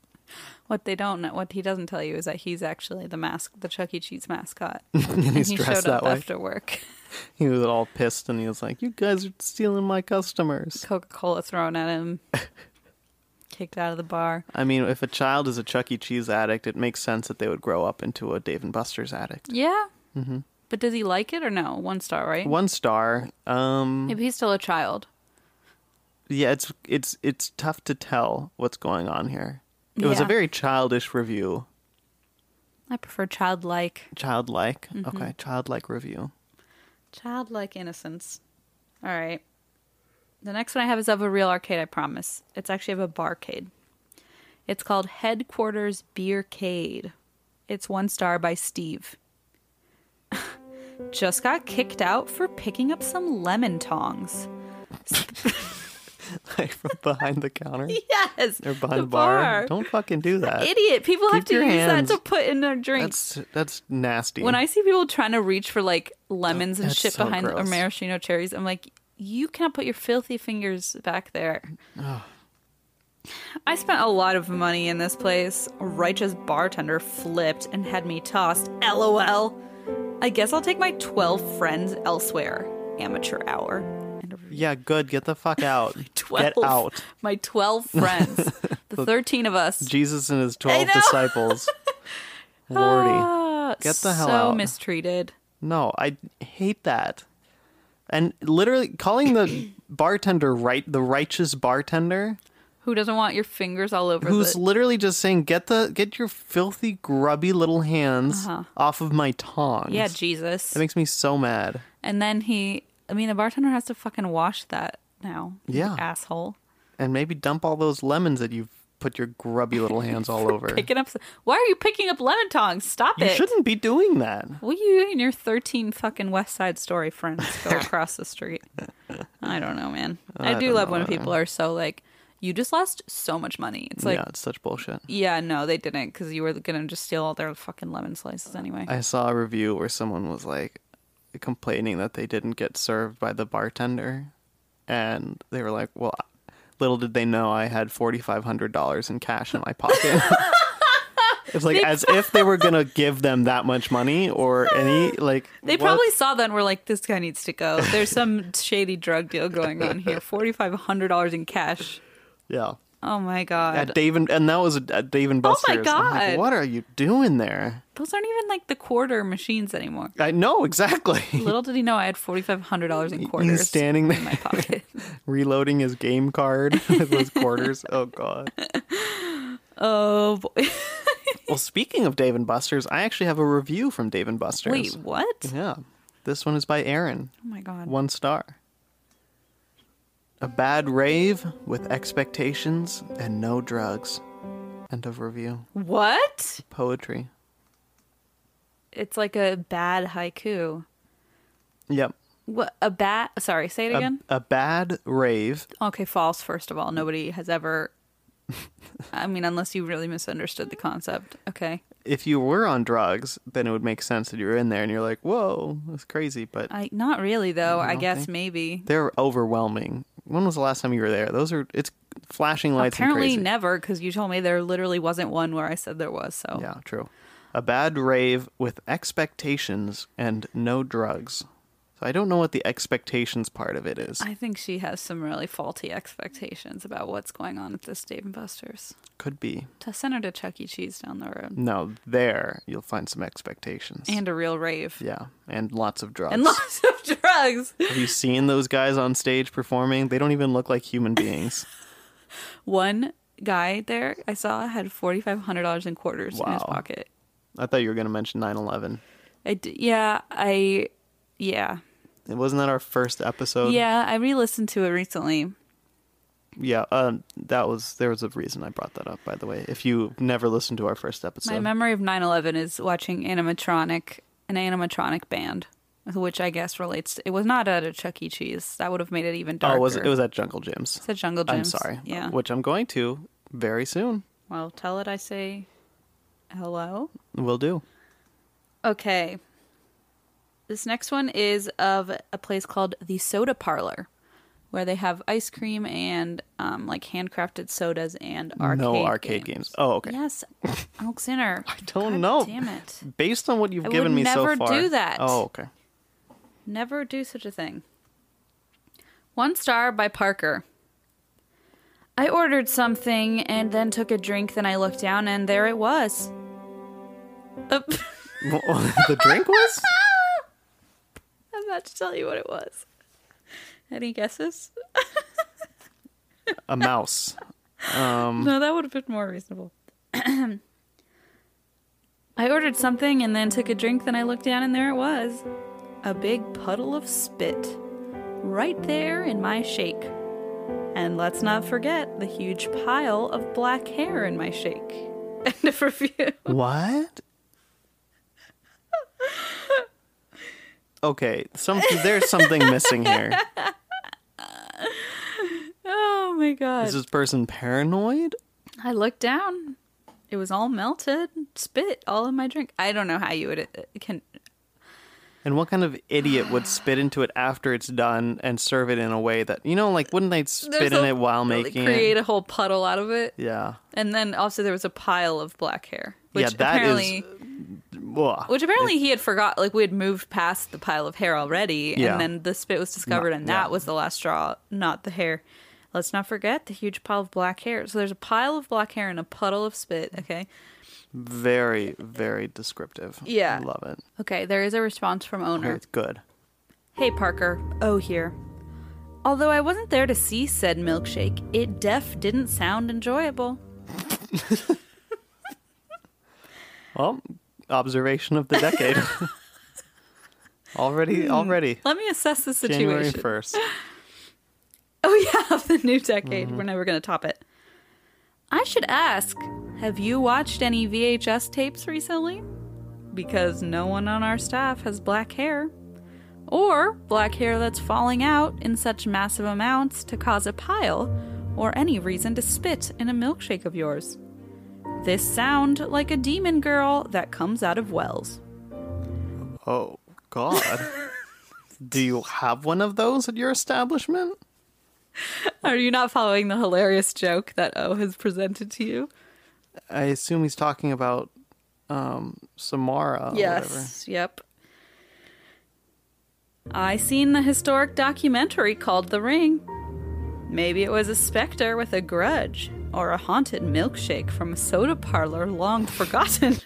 [SPEAKER 4] What they don't know, what he doesn't tell you is that he's actually the mask, the Chuck E. Cheese mascot.
[SPEAKER 3] And he's
[SPEAKER 4] he
[SPEAKER 3] dressed
[SPEAKER 4] showed up
[SPEAKER 3] that way.
[SPEAKER 4] after work.
[SPEAKER 3] He was all pissed and he was like, "You guys are stealing my customers."
[SPEAKER 4] Coca Cola thrown at him, kicked out of the bar.
[SPEAKER 3] I mean, if a child is a Chuck E. Cheese addict, it makes sense that they would grow up into a Dave and Buster's addict.
[SPEAKER 4] Yeah. Mm-hmm. But does he like it or no? One star, right?
[SPEAKER 3] One star. Um,
[SPEAKER 4] Maybe he's still a child.
[SPEAKER 3] yeah, it's it's it's tough to tell what's going on here. It was a
[SPEAKER 4] Yeah.
[SPEAKER 3] very childish review,
[SPEAKER 4] I prefer childlike,
[SPEAKER 3] childlike.
[SPEAKER 4] Mm-hmm.
[SPEAKER 3] Okay, childlike review.
[SPEAKER 4] childlike innocence. All right. The next one I have is of a real arcade. I promise. It's actually of a barcade. It's called Headquarters Beercade. It's one star by Steve. Just got kicked out for picking up some lemon tongs.
[SPEAKER 3] like from behind the counter
[SPEAKER 4] Yes.
[SPEAKER 3] or behind the
[SPEAKER 4] the
[SPEAKER 3] bar. Don't fucking do that.
[SPEAKER 4] Idiot. People have
[SPEAKER 3] Keep
[SPEAKER 4] to
[SPEAKER 3] your
[SPEAKER 4] use
[SPEAKER 3] hands-
[SPEAKER 4] that to put in their drinks.
[SPEAKER 3] That's that's nasty.
[SPEAKER 4] when I see people trying to reach for like lemons and
[SPEAKER 3] That's
[SPEAKER 4] shit
[SPEAKER 3] so
[SPEAKER 4] behind or
[SPEAKER 3] gross.
[SPEAKER 4] maraschino cherries, I'm like, you cannot put your filthy fingers back there. I spent a lot of money in this place. A righteous bartender flipped and had me tossed. LOL. I guess I'll take my 12 friends elsewhere. Amateur hour. End of
[SPEAKER 3] yeah, good. Get the fuck out.
[SPEAKER 4] 12.
[SPEAKER 3] Get out.
[SPEAKER 4] My 12 friends. the 13 of us.
[SPEAKER 3] Jesus and his
[SPEAKER 4] I
[SPEAKER 3] twelve
[SPEAKER 4] know.
[SPEAKER 3] disciples. Lordy,
[SPEAKER 4] Ah,
[SPEAKER 3] Get the hell
[SPEAKER 4] so
[SPEAKER 3] out.
[SPEAKER 4] mistreated.
[SPEAKER 3] no, I hate that. And literally calling the bartender right the righteous bartender
[SPEAKER 4] Who doesn't want your fingers all over
[SPEAKER 3] who's
[SPEAKER 4] the...
[SPEAKER 3] literally just saying get the get your filthy grubby little hands off of my tongs.
[SPEAKER 4] Uh-huh. Yeah,
[SPEAKER 3] that
[SPEAKER 4] Jesus.
[SPEAKER 3] makes me so mad.
[SPEAKER 4] and then he, I mean, the bartender has to fucking wash that now. you
[SPEAKER 3] Yeah.
[SPEAKER 4] Asshole.
[SPEAKER 3] And maybe dump all those lemons that you've put your grubby little hands all over.
[SPEAKER 4] Picking up, why are you picking up lemon tongs? Stop
[SPEAKER 3] You
[SPEAKER 4] it.
[SPEAKER 3] shouldn't be doing that.
[SPEAKER 4] What are you and your 13 fucking West Side Story friends go across the street? I don't know, man. I, do love when people are so like, you just lost so much money. It's like,
[SPEAKER 3] yeah, it's such bullshit.
[SPEAKER 4] yeah, no, they didn't because you were going to just steal all their fucking lemon slices anyway.
[SPEAKER 3] I saw a review where someone was like complaining that they didn't get served by the bartender, and they were like, "Well, little did they know I had forty five hundred dollars in cash in my pocket." it's like as if they were gonna give them that much money or any like.
[SPEAKER 4] They
[SPEAKER 3] what-
[SPEAKER 4] probably saw that and were like, this guy needs to go. There's some shady drug deal going on here. $4,500 in cash.
[SPEAKER 3] yeah.
[SPEAKER 4] Oh my God.
[SPEAKER 3] At Dave and, and that was at Dave and
[SPEAKER 4] Oh my
[SPEAKER 3] Buster's. I'm like,
[SPEAKER 4] God.
[SPEAKER 3] what are you doing there?
[SPEAKER 4] Those aren't even like the quarter machines anymore.
[SPEAKER 3] I know exactly.
[SPEAKER 4] Little did he know I had $4,500 in quarters
[SPEAKER 3] He's standing there.
[SPEAKER 4] in my pocket.
[SPEAKER 3] reloading his game card with his quarters. Oh god.
[SPEAKER 4] oh, boy.
[SPEAKER 3] Well, speaking of Dave and Buster's, I actually have a review from Dave and Buster's.
[SPEAKER 4] Wait, what? Oh
[SPEAKER 3] Yeah. This one is by Aaron.
[SPEAKER 4] my God.
[SPEAKER 3] One star. A bad rave with expectations and no drugs. End of review.
[SPEAKER 4] What?
[SPEAKER 3] Poetry.
[SPEAKER 4] It's like a bad haiku.
[SPEAKER 3] Yep.
[SPEAKER 4] What? A bat? Sorry, say it
[SPEAKER 3] A,
[SPEAKER 4] again.
[SPEAKER 3] a bad rave.
[SPEAKER 4] Okay, false, first of all. Nobody has ever. I mean, unless you really misunderstood the concept. Okay.
[SPEAKER 3] If you were on drugs, then it would make sense that you were in there and you're like, whoa, that's crazy. But
[SPEAKER 4] I Not really, though. I, guess
[SPEAKER 3] think-
[SPEAKER 4] maybe.
[SPEAKER 3] they're overwhelming. When was the last time you were there? Those are, it's flashing lights and
[SPEAKER 4] Apparently
[SPEAKER 3] crazy.
[SPEAKER 4] never, because you told me there literally wasn't one where I said there was. So
[SPEAKER 3] Yeah, true. A bad rave with expectations and no drugs. So I don't know what the expectations part of it is.
[SPEAKER 4] I think she has some really faulty expectations about what's going on at this Dave and Buster's.
[SPEAKER 3] Could be.
[SPEAKER 4] To send her to Chuck E. Cheese down the road
[SPEAKER 3] No, there you'll find some expectations.
[SPEAKER 4] and a real rave
[SPEAKER 3] yeah, and lots of drugs.
[SPEAKER 4] and lots of drugs.
[SPEAKER 3] Have you seen those guys on stage performing? They don't even look like human beings.
[SPEAKER 4] One guy there I saw had forty five hundred dollars in quarters in his
[SPEAKER 3] Wow.
[SPEAKER 4] pocket.
[SPEAKER 3] I thought you were going to mention 9/11.
[SPEAKER 4] I d- yeah I yeah
[SPEAKER 3] Wasn't that our first episode?
[SPEAKER 4] yeah I re listened to it recently.
[SPEAKER 3] Yeah, um, that was there was a reason I brought that up by the way. If you never listened to our first episode.
[SPEAKER 4] My memory of 9/11 is watching animatronic an animatronic band, which I guess relates. To, it was not at a Chuck E. Cheese. That would have made it even darker.
[SPEAKER 3] oh, was it, it was at Jungle Gyms.
[SPEAKER 4] It's at Jungle Gyms.
[SPEAKER 3] I'm sorry.
[SPEAKER 4] Yeah.
[SPEAKER 3] Which I'm going to very soon.
[SPEAKER 4] Well, tell it I say hello.
[SPEAKER 3] Will do.
[SPEAKER 4] Okay. This next one is of a place called the Soda Parlor, where they have ice cream and um, like handcrafted sodas and arcade
[SPEAKER 3] no arcade
[SPEAKER 4] games.
[SPEAKER 3] games. Oh, okay.
[SPEAKER 4] Yes, Alexander. I
[SPEAKER 3] don't know.
[SPEAKER 4] Damn it!
[SPEAKER 3] Based on what you've
[SPEAKER 4] I would
[SPEAKER 3] given me
[SPEAKER 4] never
[SPEAKER 3] so far.
[SPEAKER 4] do that.
[SPEAKER 3] Oh, okay.
[SPEAKER 4] Never do such a thing. One star by Parker. I ordered something and then took a drink. Then I looked down and there it was. Uh,
[SPEAKER 3] Well, the drink was?
[SPEAKER 4] I'm about to tell you what it was. Any guesses?
[SPEAKER 3] A mouse. Um,
[SPEAKER 4] No, that would have been more reasonable. I ordered something and then took a drink, then I looked down and there it was. A big puddle of spit. Right there in my shake. And let's not forget the huge pile of black hair in my shake. End of review.
[SPEAKER 3] What? Okay, some, there's something missing here.
[SPEAKER 4] Oh Oh my god.
[SPEAKER 3] Is this person paranoid?
[SPEAKER 4] I looked down. It was all melted, spit all in my drink. I don't know how you would uh, can
[SPEAKER 3] And what kind of idiot would spit into it after it's done and serve it in a way that you know, like wouldn't they spit
[SPEAKER 4] There's
[SPEAKER 3] in
[SPEAKER 4] a-
[SPEAKER 3] it while
[SPEAKER 4] like,
[SPEAKER 3] making
[SPEAKER 4] create
[SPEAKER 3] it?
[SPEAKER 4] a whole puddle out of it.
[SPEAKER 3] Yeah.
[SPEAKER 4] And then also there was a pile of black hair, which
[SPEAKER 3] yeah, that is.
[SPEAKER 4] apparently
[SPEAKER 3] Ugh.
[SPEAKER 4] which apparently he had forgot like we had moved past the pile of hair already
[SPEAKER 3] Yeah.
[SPEAKER 4] and then the spit was discovered and that was the last straw, not the hair. Let's not forget the huge pile of black hair. So there's a pile of black hair and a puddle of spit,
[SPEAKER 3] Mm.
[SPEAKER 4] okay?
[SPEAKER 3] very, very descriptive.
[SPEAKER 4] Yeah. Uh-huh.
[SPEAKER 3] I love it.
[SPEAKER 4] Okay, there is a response from owner.
[SPEAKER 3] It's good.
[SPEAKER 4] Hey Parker, Oh here. Although I wasn't there to see said milkshake, it def didn't sound enjoyable.
[SPEAKER 3] Well, observation of the decade. already, already.
[SPEAKER 4] Let me assess the
[SPEAKER 3] January
[SPEAKER 4] Hmm. situation.
[SPEAKER 3] 1st.
[SPEAKER 4] Oh yeah, of the new decade. We're never gonna top it. I should ask, have you watched any VHS tapes recently? Because no one on our staff has black hair. Or black hair that's falling out in such massive amounts to cause a pile, or any reason to spit in a milkshake of yours. This sound like a demon girl that comes out of wells.
[SPEAKER 3] Oh, God. Do you have one of those at your establishment?
[SPEAKER 4] Are you not following the hilarious joke that O has presented to you?
[SPEAKER 3] I assume he's talking about um, Samara. or whatever.
[SPEAKER 4] Yes. Yep. I seen the historic documentary called The Ring. Maybe it was a specter with a grudge or a haunted milkshake from a soda parlor long forgotten.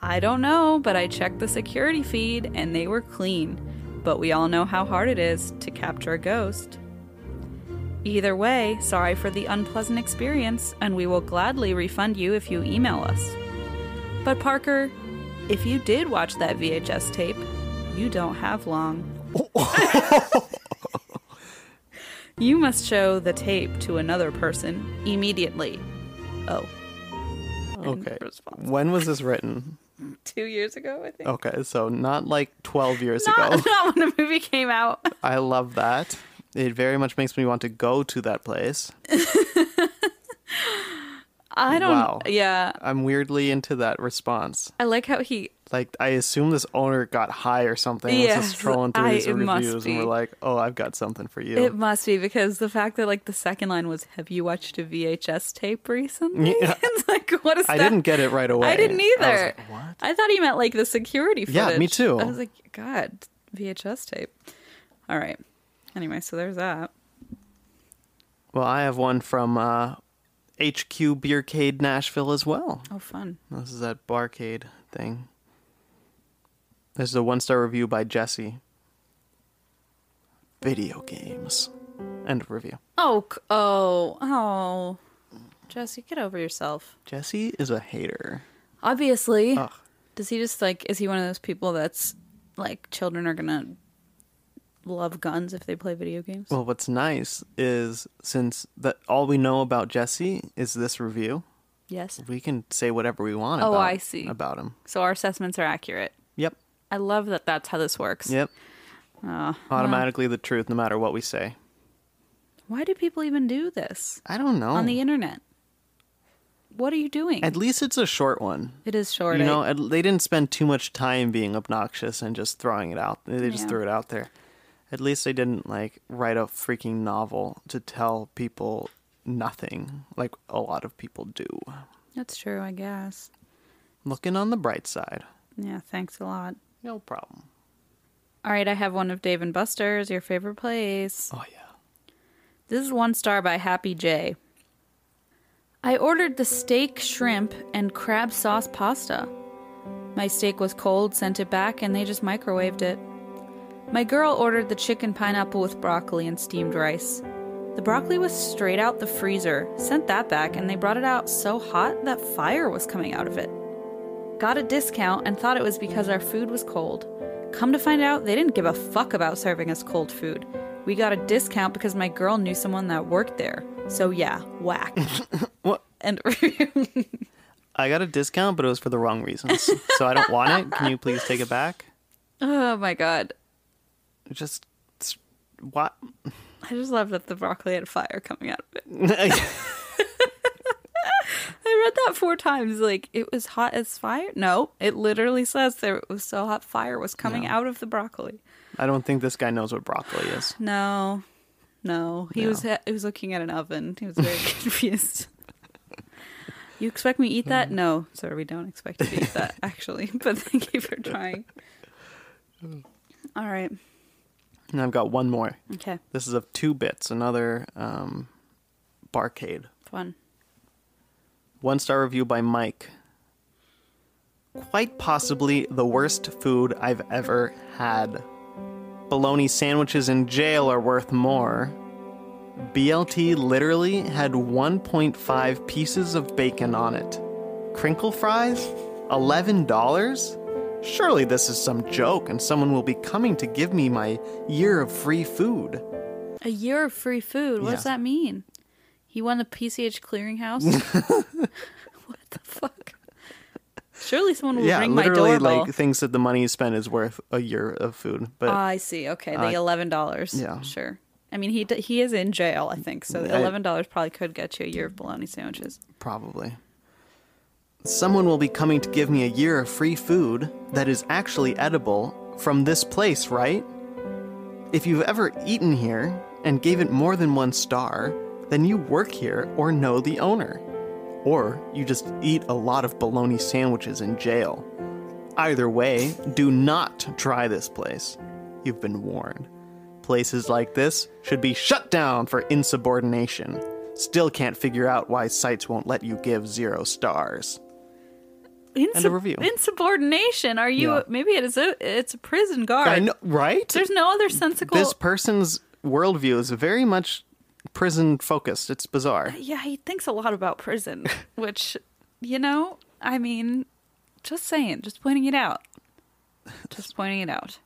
[SPEAKER 4] I don't know, but I checked the security feed and they were clean. But we all know how hard it is to capture a ghost. Either way, sorry for the unpleasant experience, and we will gladly refund you if you email us. But Parker, if you did watch that VHS tape, you don't have long. you must show the tape to another person immediately. Oh. And
[SPEAKER 3] Okay.
[SPEAKER 4] response.
[SPEAKER 3] When was this written?
[SPEAKER 4] Two years ago, I think.
[SPEAKER 3] Okay, so not like 12 years ago.
[SPEAKER 4] Not, not when the movie came out.
[SPEAKER 3] I love that. It very much makes me want to go to that place.
[SPEAKER 4] I don't.
[SPEAKER 3] Wow.
[SPEAKER 4] Yeah.
[SPEAKER 3] I'm weirdly into that response.
[SPEAKER 4] I like how he
[SPEAKER 3] Like, I assume this owner got high or something. was
[SPEAKER 4] Yes,
[SPEAKER 3] just trolling through
[SPEAKER 4] I-
[SPEAKER 3] his
[SPEAKER 4] it must
[SPEAKER 3] reviews, and
[SPEAKER 4] be.
[SPEAKER 3] we're like, "Oh, I've got something for you."
[SPEAKER 4] It must be because the fact that like the second line was "Have you watched a VHS tape recently?"
[SPEAKER 3] Yeah.
[SPEAKER 4] it's like what is
[SPEAKER 3] I
[SPEAKER 4] that?
[SPEAKER 3] didn't get it right away.
[SPEAKER 4] I didn't
[SPEAKER 3] was
[SPEAKER 4] either.
[SPEAKER 3] like, what?
[SPEAKER 4] I thought he meant like the security footage.
[SPEAKER 3] Yeah, me too.
[SPEAKER 4] I was like, God, VHS tape. All right. Anyway, so there's that.
[SPEAKER 3] Well, I have one from uh, HQ Beercade Nashville as well.
[SPEAKER 4] Oh, fun.
[SPEAKER 3] This is that barcade thing. This is a one star review by Jesse. Video games. End of review.
[SPEAKER 4] Oh, c- oh, oh. Jesse, get over yourself.
[SPEAKER 3] Jesse is a hater.
[SPEAKER 4] Obviously.
[SPEAKER 3] Ugh.
[SPEAKER 4] Does he just like? Is he one of those people that's like children are gonna love guns if they play video games?
[SPEAKER 3] Well, what's nice is since that all we know about Jesse is this review,
[SPEAKER 4] yes.
[SPEAKER 3] we can say whatever we want.
[SPEAKER 4] Oh,
[SPEAKER 3] about,
[SPEAKER 4] I see.
[SPEAKER 3] about him.
[SPEAKER 4] So our assessments are accurate.
[SPEAKER 3] Yep,
[SPEAKER 4] I love that that's how this works.
[SPEAKER 3] yep.
[SPEAKER 4] Ah,
[SPEAKER 3] Automatically the truth, no matter what we say.
[SPEAKER 4] Why do people even do this
[SPEAKER 3] I don't know.
[SPEAKER 4] on the internet? What are you doing?
[SPEAKER 3] At least it's a short one.
[SPEAKER 4] it is short.
[SPEAKER 3] You
[SPEAKER 4] I-
[SPEAKER 3] know, at- they didn't spend too much time being obnoxious and just throwing it out. They just
[SPEAKER 4] Yeah.
[SPEAKER 3] threw it out there. At least they didn't like write a freaking novel to tell people nothing, like a lot of people do.
[SPEAKER 4] that's true, I guess.
[SPEAKER 3] Looking on the bright side,
[SPEAKER 4] Yeah, thanks a lot.
[SPEAKER 3] no problem.
[SPEAKER 4] All right, I have one of Dave and Buster's, your favorite place.
[SPEAKER 3] Oh yeah,
[SPEAKER 4] This is one star by Happy J. I ordered the steak, shrimp, and crab sauce pasta. My steak was cold, sent it back, and they just microwaved it. My girl ordered the chicken pineapple with broccoli and steamed rice. The broccoli was straight out the freezer, sent that back, and they brought it out so hot that fire was coming out of it. Got a discount and thought it was because our food was cold. Come to find out, they didn't give a fuck about serving us cold food. We got a discount because my girl knew someone that worked there. So yeah, whack.
[SPEAKER 3] What?
[SPEAKER 4] And
[SPEAKER 3] I got a discount, but it was for the wrong reasons. so I don't want it. Can you please take it back?
[SPEAKER 4] oh my god,
[SPEAKER 3] Just what?
[SPEAKER 4] I just love that the broccoli had fire coming out of it. I read that four times. Like it was hot as fire. No, it literally says there it was so hot fire was coming out of the broccoli.
[SPEAKER 3] I don't think this guy knows what broccoli is.
[SPEAKER 4] No, no. He was he was looking at an oven. He was very confused. You expect me to eat
[SPEAKER 3] Hmm.
[SPEAKER 4] that? No, sir. We don't expect you to eat that, actually. But thank you for trying. All right.
[SPEAKER 3] And I've got one more.
[SPEAKER 4] Okay.
[SPEAKER 3] This is of two bits, another um, barcade.
[SPEAKER 4] Fun.
[SPEAKER 3] One star review by Mike. Quite possibly the worst food I've ever had. Bologna sandwiches in jail are worth more. BLT literally had 1.5 pieces of bacon on it. Crinkle fries? $11? Surely this is some joke and someone will be coming to give me my year of free food.
[SPEAKER 4] A year of free food. What does
[SPEAKER 3] Yeah.
[SPEAKER 4] that mean? He won the PCH clearinghouse. what the fuck? Surely someone will ring my
[SPEAKER 3] literally
[SPEAKER 4] doorbell.
[SPEAKER 3] like thinks that the money you spend is worth a year of food. But
[SPEAKER 4] Ah, I see. Okay, the eleven dollars.
[SPEAKER 3] yeah.
[SPEAKER 4] sure. I mean, he d- he is in jail, I think. So the
[SPEAKER 3] I-
[SPEAKER 4] eleven dollars probably could get you a year of bologna sandwiches.
[SPEAKER 3] Probably. Someone will be coming to give me a year of free food that is actually edible from this place, right? If you've ever eaten here and gave it more than one star, then you work here or know the owner. Or you just eat a lot of bologna sandwiches in jail. Either way, do not try this place. You've been warned. Places like this should be shut down for insubordination. Still can't figure out why sites won't let you give zero stars.
[SPEAKER 4] Insub-
[SPEAKER 3] review.
[SPEAKER 4] Insubordination. Are you?
[SPEAKER 3] Yeah.
[SPEAKER 4] Maybe it is a it's a prison guard.
[SPEAKER 3] I know, right?
[SPEAKER 4] There's no other sensical.
[SPEAKER 3] This person's worldview is very much prison focused. It's bizarre.
[SPEAKER 4] yeah, he thinks a lot about prison, which, you know, I mean, just saying, just pointing it out. Just pointing it out.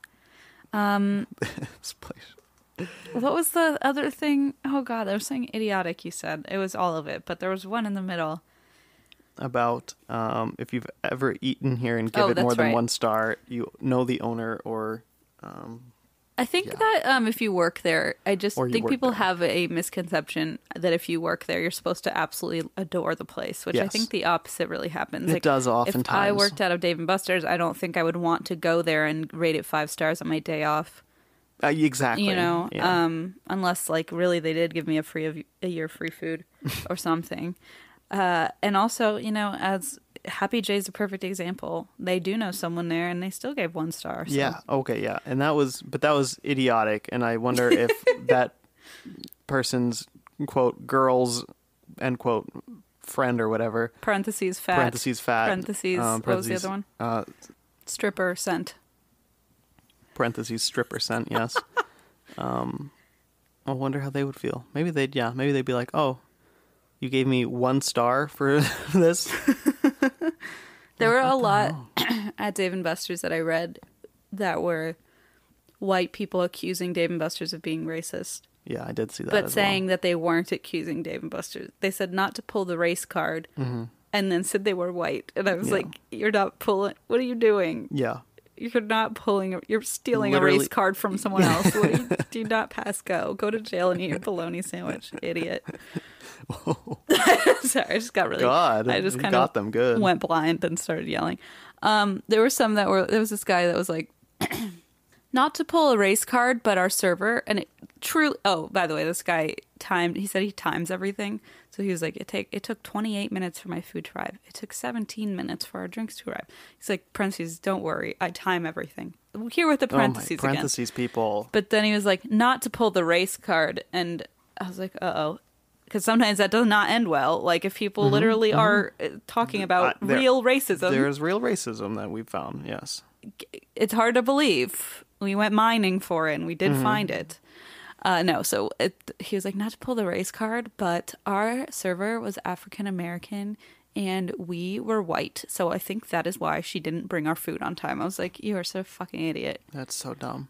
[SPEAKER 3] This place.
[SPEAKER 4] What was the other thing? Oh, God, I was saying idiotic, you said. It was all of it, but there was one in the middle.
[SPEAKER 3] About um, if you've ever eaten here and give
[SPEAKER 4] Oh,
[SPEAKER 3] it more
[SPEAKER 4] that's
[SPEAKER 3] than
[SPEAKER 4] right.
[SPEAKER 3] one star, you know the owner or
[SPEAKER 4] I think that um, if you work there, I just
[SPEAKER 3] Or you
[SPEAKER 4] think
[SPEAKER 3] work
[SPEAKER 4] people
[SPEAKER 3] there.
[SPEAKER 4] have a misconception that if you work there, you're supposed to absolutely adore the place, which I
[SPEAKER 3] Yes.
[SPEAKER 4] think the opposite really happens.
[SPEAKER 3] It does
[SPEAKER 4] If I
[SPEAKER 3] oftentimes.
[SPEAKER 4] worked out of Dave and Buster's, I don't think I would want to go there and rate it five stars on my day off.
[SPEAKER 3] uh, exactly.
[SPEAKER 4] you know
[SPEAKER 3] yeah.
[SPEAKER 4] um unless like really they did give me a free of a year of free food or something uh and also you know as happy jay's a perfect example they do know someone there and they still gave one star so.
[SPEAKER 3] Yeah. Okay. Yeah. And that was, but that was idiotic. And I wonder if that person's quote girls end quote friend or whatever
[SPEAKER 4] parentheses fat
[SPEAKER 3] parentheses fat
[SPEAKER 4] parentheses,
[SPEAKER 3] um,
[SPEAKER 4] what was the
[SPEAKER 3] parentheses-
[SPEAKER 4] other one
[SPEAKER 3] uh,
[SPEAKER 4] stripper scent
[SPEAKER 3] parentheses stripper scent. Yes. um, I wonder how they would feel. Maybe they'd yeah. Maybe they'd be like, oh, you gave me one star for this.
[SPEAKER 4] There were a lot at Dave and Buster's that I read that were white people accusing Dave and Buster's of being racist,
[SPEAKER 3] Yeah, I did see that.
[SPEAKER 4] but
[SPEAKER 3] as
[SPEAKER 4] saying that they weren't accusing Dave and Buster's. They said not to pull the race card,
[SPEAKER 3] Mm-hmm.
[SPEAKER 4] and then said they were white. And I was like, "You're not pulling. What are you doing?
[SPEAKER 3] well. yeah.
[SPEAKER 4] You're not pulling. a- You're stealing a race
[SPEAKER 3] Literally-
[SPEAKER 4] card from someone else. What do, you, do not pass go. Go to jail and eat your bologna sandwich, idiot." Sorry, I just got really.
[SPEAKER 3] God,
[SPEAKER 4] I just
[SPEAKER 3] you
[SPEAKER 4] kind of
[SPEAKER 3] got them good.
[SPEAKER 4] Went blind and started yelling. Um, there were some that were. There was this guy that was like, not to pull a race card, but our server. And it truly. Oh, by the way, this guy timed. He said he times everything. So he was like, it take it took 28 minutes for my food to arrive. It took 17 minutes for our drinks to arrive. He's like, parentheses, don't worry, I time everything. Here with the parentheses,
[SPEAKER 3] oh my,
[SPEAKER 4] again.
[SPEAKER 3] parentheses people.
[SPEAKER 4] But then he was like, not to pull the race card. And I was like, uh oh. Because sometimes that does not end well. Like, if people
[SPEAKER 3] Mm-hmm,
[SPEAKER 4] literally are uh, talking about
[SPEAKER 3] Uh, there-
[SPEAKER 4] real racism,
[SPEAKER 3] There's real racism that we found. Yes.
[SPEAKER 4] it's hard to believe. We went mining for it and we did find it. Uh, no, so it, he was like, not to pull the race card, but our server was African American and we were white. So I think that is why she didn't bring our food on time. I was like, you are so fucking idiot.
[SPEAKER 3] That's so dumb.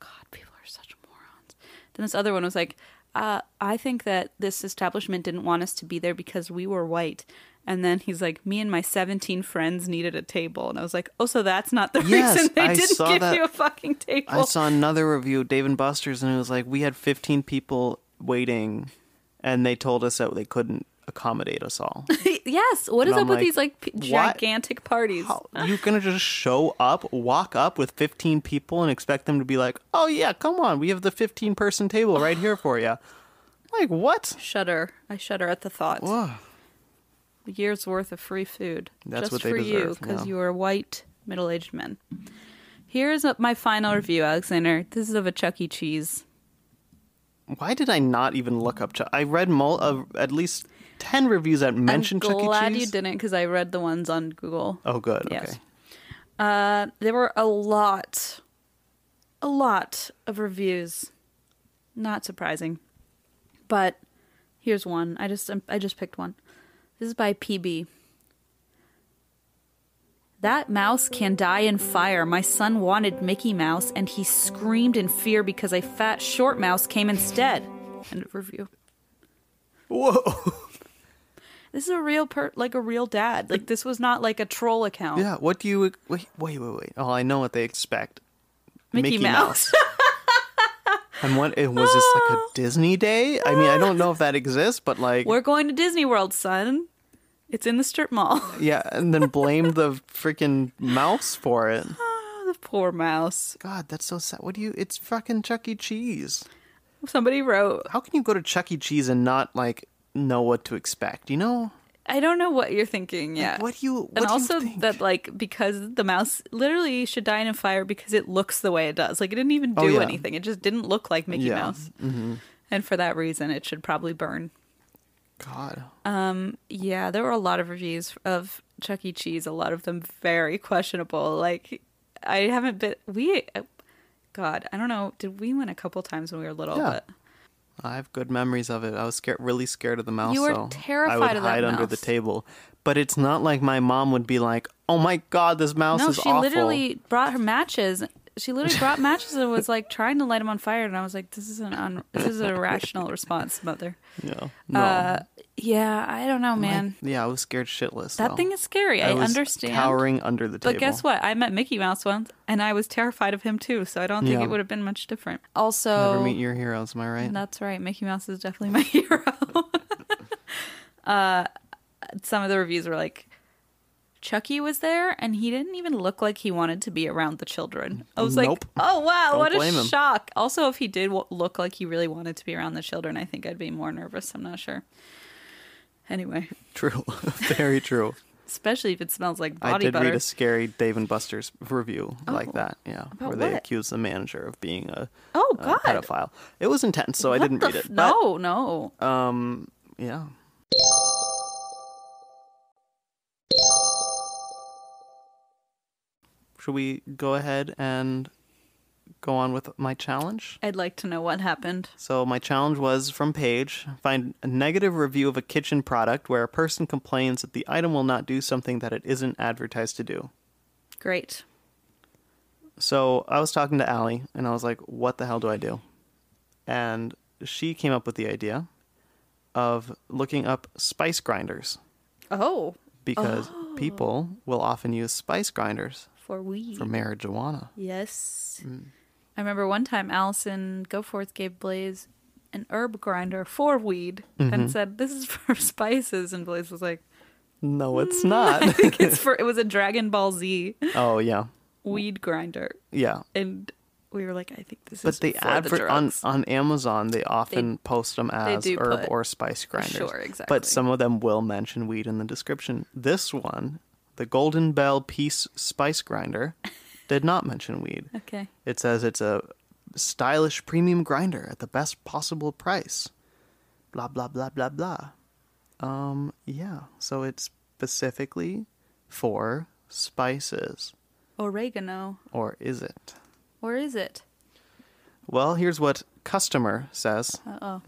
[SPEAKER 4] God, people are such morons. Then this other one was like, uh, I think that this establishment didn't want us to be there because we were white. And then he's like, me and my 17 friends needed a table. And I was like, oh, so that's not the
[SPEAKER 3] Yes,
[SPEAKER 4] reason they
[SPEAKER 3] I
[SPEAKER 4] didn't
[SPEAKER 3] saw
[SPEAKER 4] give
[SPEAKER 3] that-
[SPEAKER 4] you a fucking table.
[SPEAKER 3] I saw another review, Dave and Buster's, and it was like we had 15 people waiting, and they told us that they couldn't accommodate us all.
[SPEAKER 4] yes. What is
[SPEAKER 3] And
[SPEAKER 4] up
[SPEAKER 3] I'm
[SPEAKER 4] with
[SPEAKER 3] like,
[SPEAKER 4] these like p-
[SPEAKER 3] "What?
[SPEAKER 4] gigantic parties?
[SPEAKER 3] How- Oh, you gonna just show up, walk up with 15 people, and expect them to be like, "Oh yeah, come on, we have the 15 person table right here for you." Like what?
[SPEAKER 4] Shudder. I shudder at the thought. Years worth of free food.
[SPEAKER 3] That's
[SPEAKER 4] just
[SPEAKER 3] what they
[SPEAKER 4] for you
[SPEAKER 3] deserve,
[SPEAKER 4] because
[SPEAKER 3] yeah.
[SPEAKER 4] you are white middle-aged men. Here's a- my final review, Alexander. This is of a Chuck E. Cheese.
[SPEAKER 3] Why did I not even look up? Chuck? I read mul- uh, at least 10 reviews that mentioned
[SPEAKER 4] I'm
[SPEAKER 3] Chuck E. Cheese.
[SPEAKER 4] glad you didn't because I read the ones on Google.
[SPEAKER 3] Oh, good.
[SPEAKER 4] Yes.
[SPEAKER 3] Okay.
[SPEAKER 4] Uh, there were a lot, a lot of reviews. Not surprising, but here's one. I just I just picked one. This is by PB. That mouse can die in fire. My son wanted Mickey Mouse, and he screamed in fear because a fat short mouse came instead. End of review.
[SPEAKER 3] Whoa.
[SPEAKER 4] This is a real per like a real dad. Like this was not like a troll account.
[SPEAKER 3] yeah. What do you? Wait, wait, wait, wait. Oh, I know what they expect.
[SPEAKER 4] Mickey, Mouse. Oh.
[SPEAKER 3] and what? It was this like a Disney day? I mean, I don't know if that exists, but like,
[SPEAKER 4] We're going to Disney World, son. It's in the strip mall.
[SPEAKER 3] yeah. And then blame the freaking mouse for it.
[SPEAKER 4] the poor mouse.
[SPEAKER 3] God, that's so sad. What do you? It's fucking Chuck E. Cheese.
[SPEAKER 4] Somebody wrote,
[SPEAKER 3] How can you go to Chuck E. Cheese and not like know what to expect? You know?
[SPEAKER 4] I don't know what you're thinking. Yeah.
[SPEAKER 3] What do you? What
[SPEAKER 4] and
[SPEAKER 3] do
[SPEAKER 4] also
[SPEAKER 3] you think?
[SPEAKER 4] that like because the mouse literally should die in a fire because it looks the way it does. Like it didn't even do
[SPEAKER 3] Oh, yeah.
[SPEAKER 4] anything. It just didn't look like Mickey
[SPEAKER 3] Yeah. Mm-hmm.
[SPEAKER 4] Mouse. And for that reason, it should probably burn.
[SPEAKER 3] God.
[SPEAKER 4] Yeah, there were a lot of reviews of Chuck E. Cheese, a lot of them very questionable. Like, I haven't been. We. God, I don't know. Did we win a couple times when we were little?
[SPEAKER 3] Yeah. I have good memories of it. I was scared, really scared of the mouse.
[SPEAKER 4] You were
[SPEAKER 3] so I
[SPEAKER 4] terrified
[SPEAKER 3] would
[SPEAKER 4] of that
[SPEAKER 3] hide under the
[SPEAKER 4] mouse.
[SPEAKER 3] table. But it's not like my mom would be like, "Oh my god, this mouse
[SPEAKER 4] But no,
[SPEAKER 3] is
[SPEAKER 4] she
[SPEAKER 3] awful."
[SPEAKER 4] literally brought her matches. She literally brought matches and was like trying to light them on fire. And I was like, this is an un- this is a rational response, mother.
[SPEAKER 3] yeah, no,
[SPEAKER 4] Uh, yeah, I don't know, man.
[SPEAKER 3] yeah, I was scared shitless.
[SPEAKER 4] that
[SPEAKER 3] though.
[SPEAKER 4] thing is scary. I,
[SPEAKER 3] was
[SPEAKER 4] understand.
[SPEAKER 3] Cowering under the table.
[SPEAKER 4] But guess what? I met Mickey Mouse once, and I was terrified of him too. So I don't think
[SPEAKER 3] Yeah.
[SPEAKER 4] it would have been much different. Also,
[SPEAKER 3] Never meet your heroes. Am I right?
[SPEAKER 4] That's right. Mickey Mouse is definitely my hero. uh, some of the reviews were like, Chucky was there and he didn't even look like he wanted to be around the children. I was like,
[SPEAKER 3] Nope.
[SPEAKER 4] oh, wow,
[SPEAKER 3] Don't
[SPEAKER 4] what a
[SPEAKER 3] blame him.
[SPEAKER 4] shock. Also, if he did w- look like he really wanted to be around the children, I think I'd be more nervous. I'm not sure. Anyway,
[SPEAKER 3] True. Very true.
[SPEAKER 4] especially if it smells like
[SPEAKER 3] I
[SPEAKER 4] body
[SPEAKER 3] did
[SPEAKER 4] butter.
[SPEAKER 3] read a scary Dave and Buster's review like that. Yeah,
[SPEAKER 4] Oh. About
[SPEAKER 3] where they
[SPEAKER 4] what?
[SPEAKER 3] accused the manager of being a
[SPEAKER 4] Oh,
[SPEAKER 3] a
[SPEAKER 4] God.
[SPEAKER 3] uh, pedophile. It was intense, so I
[SPEAKER 4] What
[SPEAKER 3] didn't
[SPEAKER 4] the
[SPEAKER 3] read
[SPEAKER 4] f-
[SPEAKER 3] it. but,
[SPEAKER 4] no, no.
[SPEAKER 3] um. Yeah. Should we go ahead and go on with my challenge?
[SPEAKER 4] I'd like to know what happened.
[SPEAKER 3] So my challenge was from Paige: find a negative review of a kitchen product where a person complains that the item will not do something that it isn't advertised to do.
[SPEAKER 4] Great.
[SPEAKER 3] So I was talking to Allie and I was like, what the hell do I do? And she came up with the idea of looking up spice grinders
[SPEAKER 4] Oh,
[SPEAKER 3] because people will often use spice grinders
[SPEAKER 4] for weed.
[SPEAKER 3] for marijuana.
[SPEAKER 4] Yes.
[SPEAKER 3] Mm.
[SPEAKER 4] I remember one time Allison Goforth gave Blaze an herb grinder for weed
[SPEAKER 3] Mm-hmm.
[SPEAKER 4] and said, This is for spices. And Blaze was like,
[SPEAKER 3] No, it's
[SPEAKER 4] I
[SPEAKER 3] not.
[SPEAKER 4] think it's for, it was a Dragon Ball Z
[SPEAKER 3] oh, yeah.
[SPEAKER 4] weed grinder.
[SPEAKER 3] Yeah.
[SPEAKER 4] And we were like, I think this
[SPEAKER 3] But
[SPEAKER 4] is
[SPEAKER 3] they
[SPEAKER 4] for
[SPEAKER 3] advert
[SPEAKER 4] the
[SPEAKER 3] on,
[SPEAKER 4] drugs.
[SPEAKER 3] on Amazon, they often post them as
[SPEAKER 4] do
[SPEAKER 3] herb
[SPEAKER 4] put-
[SPEAKER 3] or spice grinders.
[SPEAKER 4] Sure, exactly.
[SPEAKER 3] But some of them will mention weed in the description. This one, the Golden Bell Peace Spice Grinder, did not mention weed.
[SPEAKER 4] Okay.
[SPEAKER 3] It says it's a stylish premium grinder at the best possible price. Blah blah blah blah blah. Um yeah, so it's specifically for spices
[SPEAKER 4] Oregano.
[SPEAKER 3] or is it?
[SPEAKER 4] Where is it?
[SPEAKER 3] Well, here's what customer says. Uh-oh.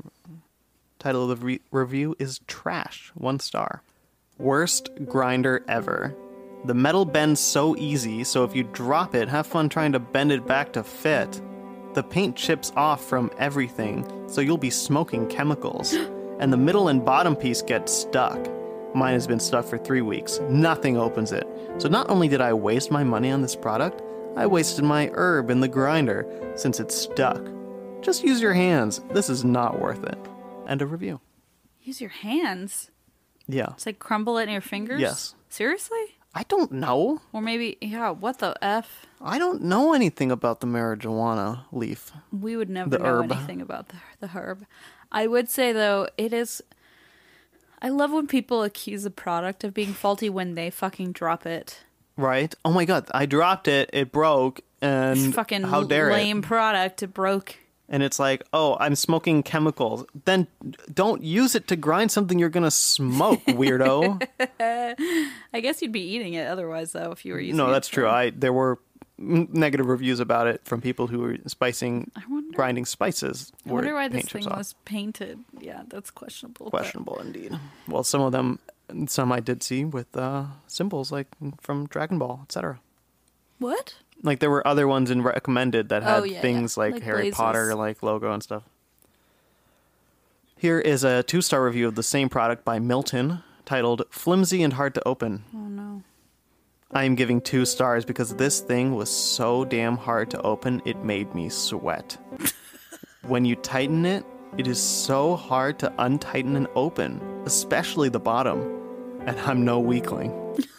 [SPEAKER 3] Title of the re- review is trash. 1 star. Worst grinder ever. The metal bends so easy, so if you drop it, have fun trying to bend it back to fit. The paint chips off from everything, so you'll be smoking chemicals. and the middle and bottom piece gets stuck. Mine has been stuck for three weeks. Nothing opens it. So not only did I waste my money on this product, I wasted my herb in the grinder since it's stuck. Just use your hands. This is not worth it. End of review.
[SPEAKER 4] Use your hands.
[SPEAKER 3] Yeah.
[SPEAKER 4] It's like crumble it in your fingers?
[SPEAKER 3] Yes.
[SPEAKER 4] Seriously?
[SPEAKER 3] I don't know.
[SPEAKER 4] Or maybe, yeah, what the F?
[SPEAKER 3] I don't know anything about the marijuana leaf.
[SPEAKER 4] We would never
[SPEAKER 3] The
[SPEAKER 4] know
[SPEAKER 3] herb.
[SPEAKER 4] anything about the, the herb. I would say, though, it is. I love when people accuse a product of being faulty when they fucking drop it.
[SPEAKER 3] Right? Oh my god, I dropped it, it broke, and
[SPEAKER 4] fucking
[SPEAKER 3] how dare
[SPEAKER 4] lame
[SPEAKER 3] it?
[SPEAKER 4] product. It broke.
[SPEAKER 3] And it's like, oh, I'm smoking chemicals. Then don't use it to grind something you're gonna smoke, weirdo.
[SPEAKER 4] I guess you'd be eating it otherwise, though, if you were using
[SPEAKER 3] no,
[SPEAKER 4] it
[SPEAKER 3] that's
[SPEAKER 4] for-
[SPEAKER 3] true. I there were n- negative reviews about it from people who were spicing,
[SPEAKER 4] wonder-
[SPEAKER 3] grinding spices.
[SPEAKER 4] I wonder
[SPEAKER 3] where
[SPEAKER 4] why this
[SPEAKER 3] paint chips
[SPEAKER 4] thing
[SPEAKER 3] off.
[SPEAKER 4] was painted. Yeah, that's questionable. but-
[SPEAKER 3] questionable indeed. Well, some of them, some I did see with uh, symbols like from Dragon Ball, etc.
[SPEAKER 4] What?
[SPEAKER 3] Like there were other ones in recommended that had
[SPEAKER 4] Oh, yeah,
[SPEAKER 3] things
[SPEAKER 4] yeah.
[SPEAKER 3] like,
[SPEAKER 4] Like
[SPEAKER 3] Harry
[SPEAKER 4] blazes.
[SPEAKER 3] Potter like logo and stuff. Here is a two-star review of the same product by Milton titled "Flimsy and Hard to Open."
[SPEAKER 4] Oh no.
[SPEAKER 3] I am giving two stars because this thing was so damn hard to open, it made me sweat. when you tighten it, it is so hard to untighten and open, especially the bottom. And I'm no weakling.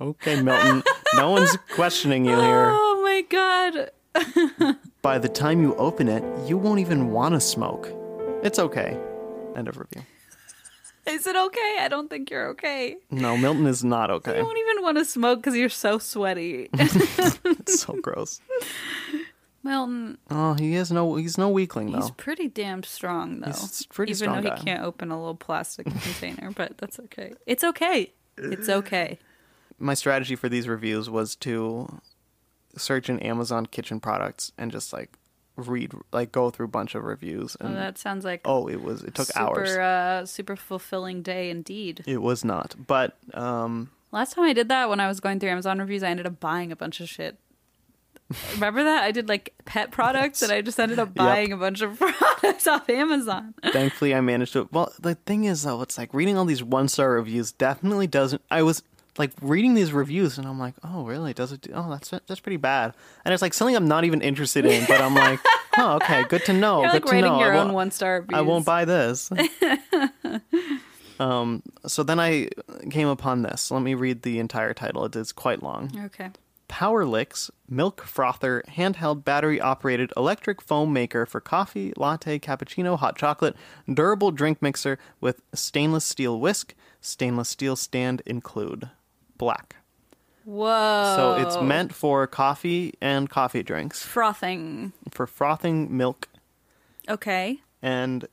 [SPEAKER 3] okay, Milton. No one's questioning you here.
[SPEAKER 4] Oh my god.
[SPEAKER 3] By the time you open it, you won't even want to smoke. It's okay. End of review.
[SPEAKER 4] Is it okay? I don't think you're okay.
[SPEAKER 3] No, Milton is not
[SPEAKER 4] I
[SPEAKER 3] okay.
[SPEAKER 4] don't even want to smoke because you're so sweaty.
[SPEAKER 3] It's so gross.
[SPEAKER 4] Milton,
[SPEAKER 3] Oh, he is no he's no weakling though.
[SPEAKER 4] he's pretty damn strong though.
[SPEAKER 3] He's pretty
[SPEAKER 4] even
[SPEAKER 3] strong
[SPEAKER 4] though
[SPEAKER 3] guy.
[SPEAKER 4] he can't open a little plastic container, but that's okay. It's okay. It's okay.
[SPEAKER 3] my strategy for these reviews was to search in Amazon kitchen products and just like read like go through a bunch of reviews
[SPEAKER 4] Well,
[SPEAKER 3] and
[SPEAKER 4] that sounds like
[SPEAKER 3] oh it was it took
[SPEAKER 4] super,
[SPEAKER 3] hours
[SPEAKER 4] Uh, super fulfilling day indeed.
[SPEAKER 3] it was not but um
[SPEAKER 4] Last time I did that when I was going through Amazon reviews, I ended up buying a bunch of shit. Remember that? I did like pet products and I just ended up buying a bunch of products off Amazon.
[SPEAKER 3] Oh, thankfully I managed to well the thing is though it's like reading all these one star reviews definitely doesn't I was like reading these reviews and I'm like oh really does it do, oh that's that's pretty bad and it's like something I'm not even interested in but I'm like oh okay good to know
[SPEAKER 4] You're
[SPEAKER 3] good
[SPEAKER 4] like
[SPEAKER 3] to
[SPEAKER 4] writing
[SPEAKER 3] know I
[SPEAKER 4] your own
[SPEAKER 3] won't-
[SPEAKER 4] one star reviews.
[SPEAKER 3] I won't buy this. um, so then I came upon this. Let me read the entire title. It is quite long.
[SPEAKER 4] Okay.
[SPEAKER 3] Power Licks Milk Frother Handheld Battery Operated Electric Foam Maker for Coffee, Latte, Cappuccino, Hot Chocolate, Durable Drink Mixer with Stainless Steel Whisk, Stainless Steel Stand Include. Black.
[SPEAKER 4] Whoa.
[SPEAKER 3] So it's meant for coffee and coffee drinks,
[SPEAKER 4] frothing.
[SPEAKER 3] for frothing milk
[SPEAKER 4] Okay.
[SPEAKER 3] and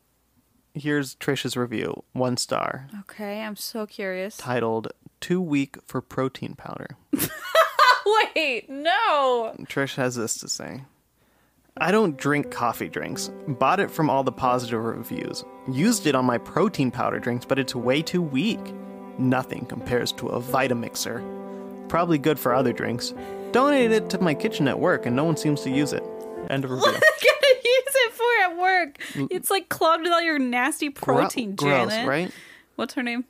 [SPEAKER 3] here's Trish's review, one star,
[SPEAKER 4] Okay. I'm so curious.
[SPEAKER 3] titled Too Weak for Protein Powder.
[SPEAKER 4] Wait, no.
[SPEAKER 3] Trish has this to say I don't drink coffee drinks. Bought it from all the positive reviews. Used it on my protein powder drinks, but it's way too weak. Nothing compares to a Vitamixer. Probably good for other drinks. Donated it to my kitchen at work, and no one seems to use it. End of review.
[SPEAKER 4] I'm gonna use it for at work. It's like clogged with all your nasty
[SPEAKER 3] Mm. Gro-
[SPEAKER 4] protein,
[SPEAKER 3] gross,
[SPEAKER 4] Janet.
[SPEAKER 3] right?
[SPEAKER 4] What's her name?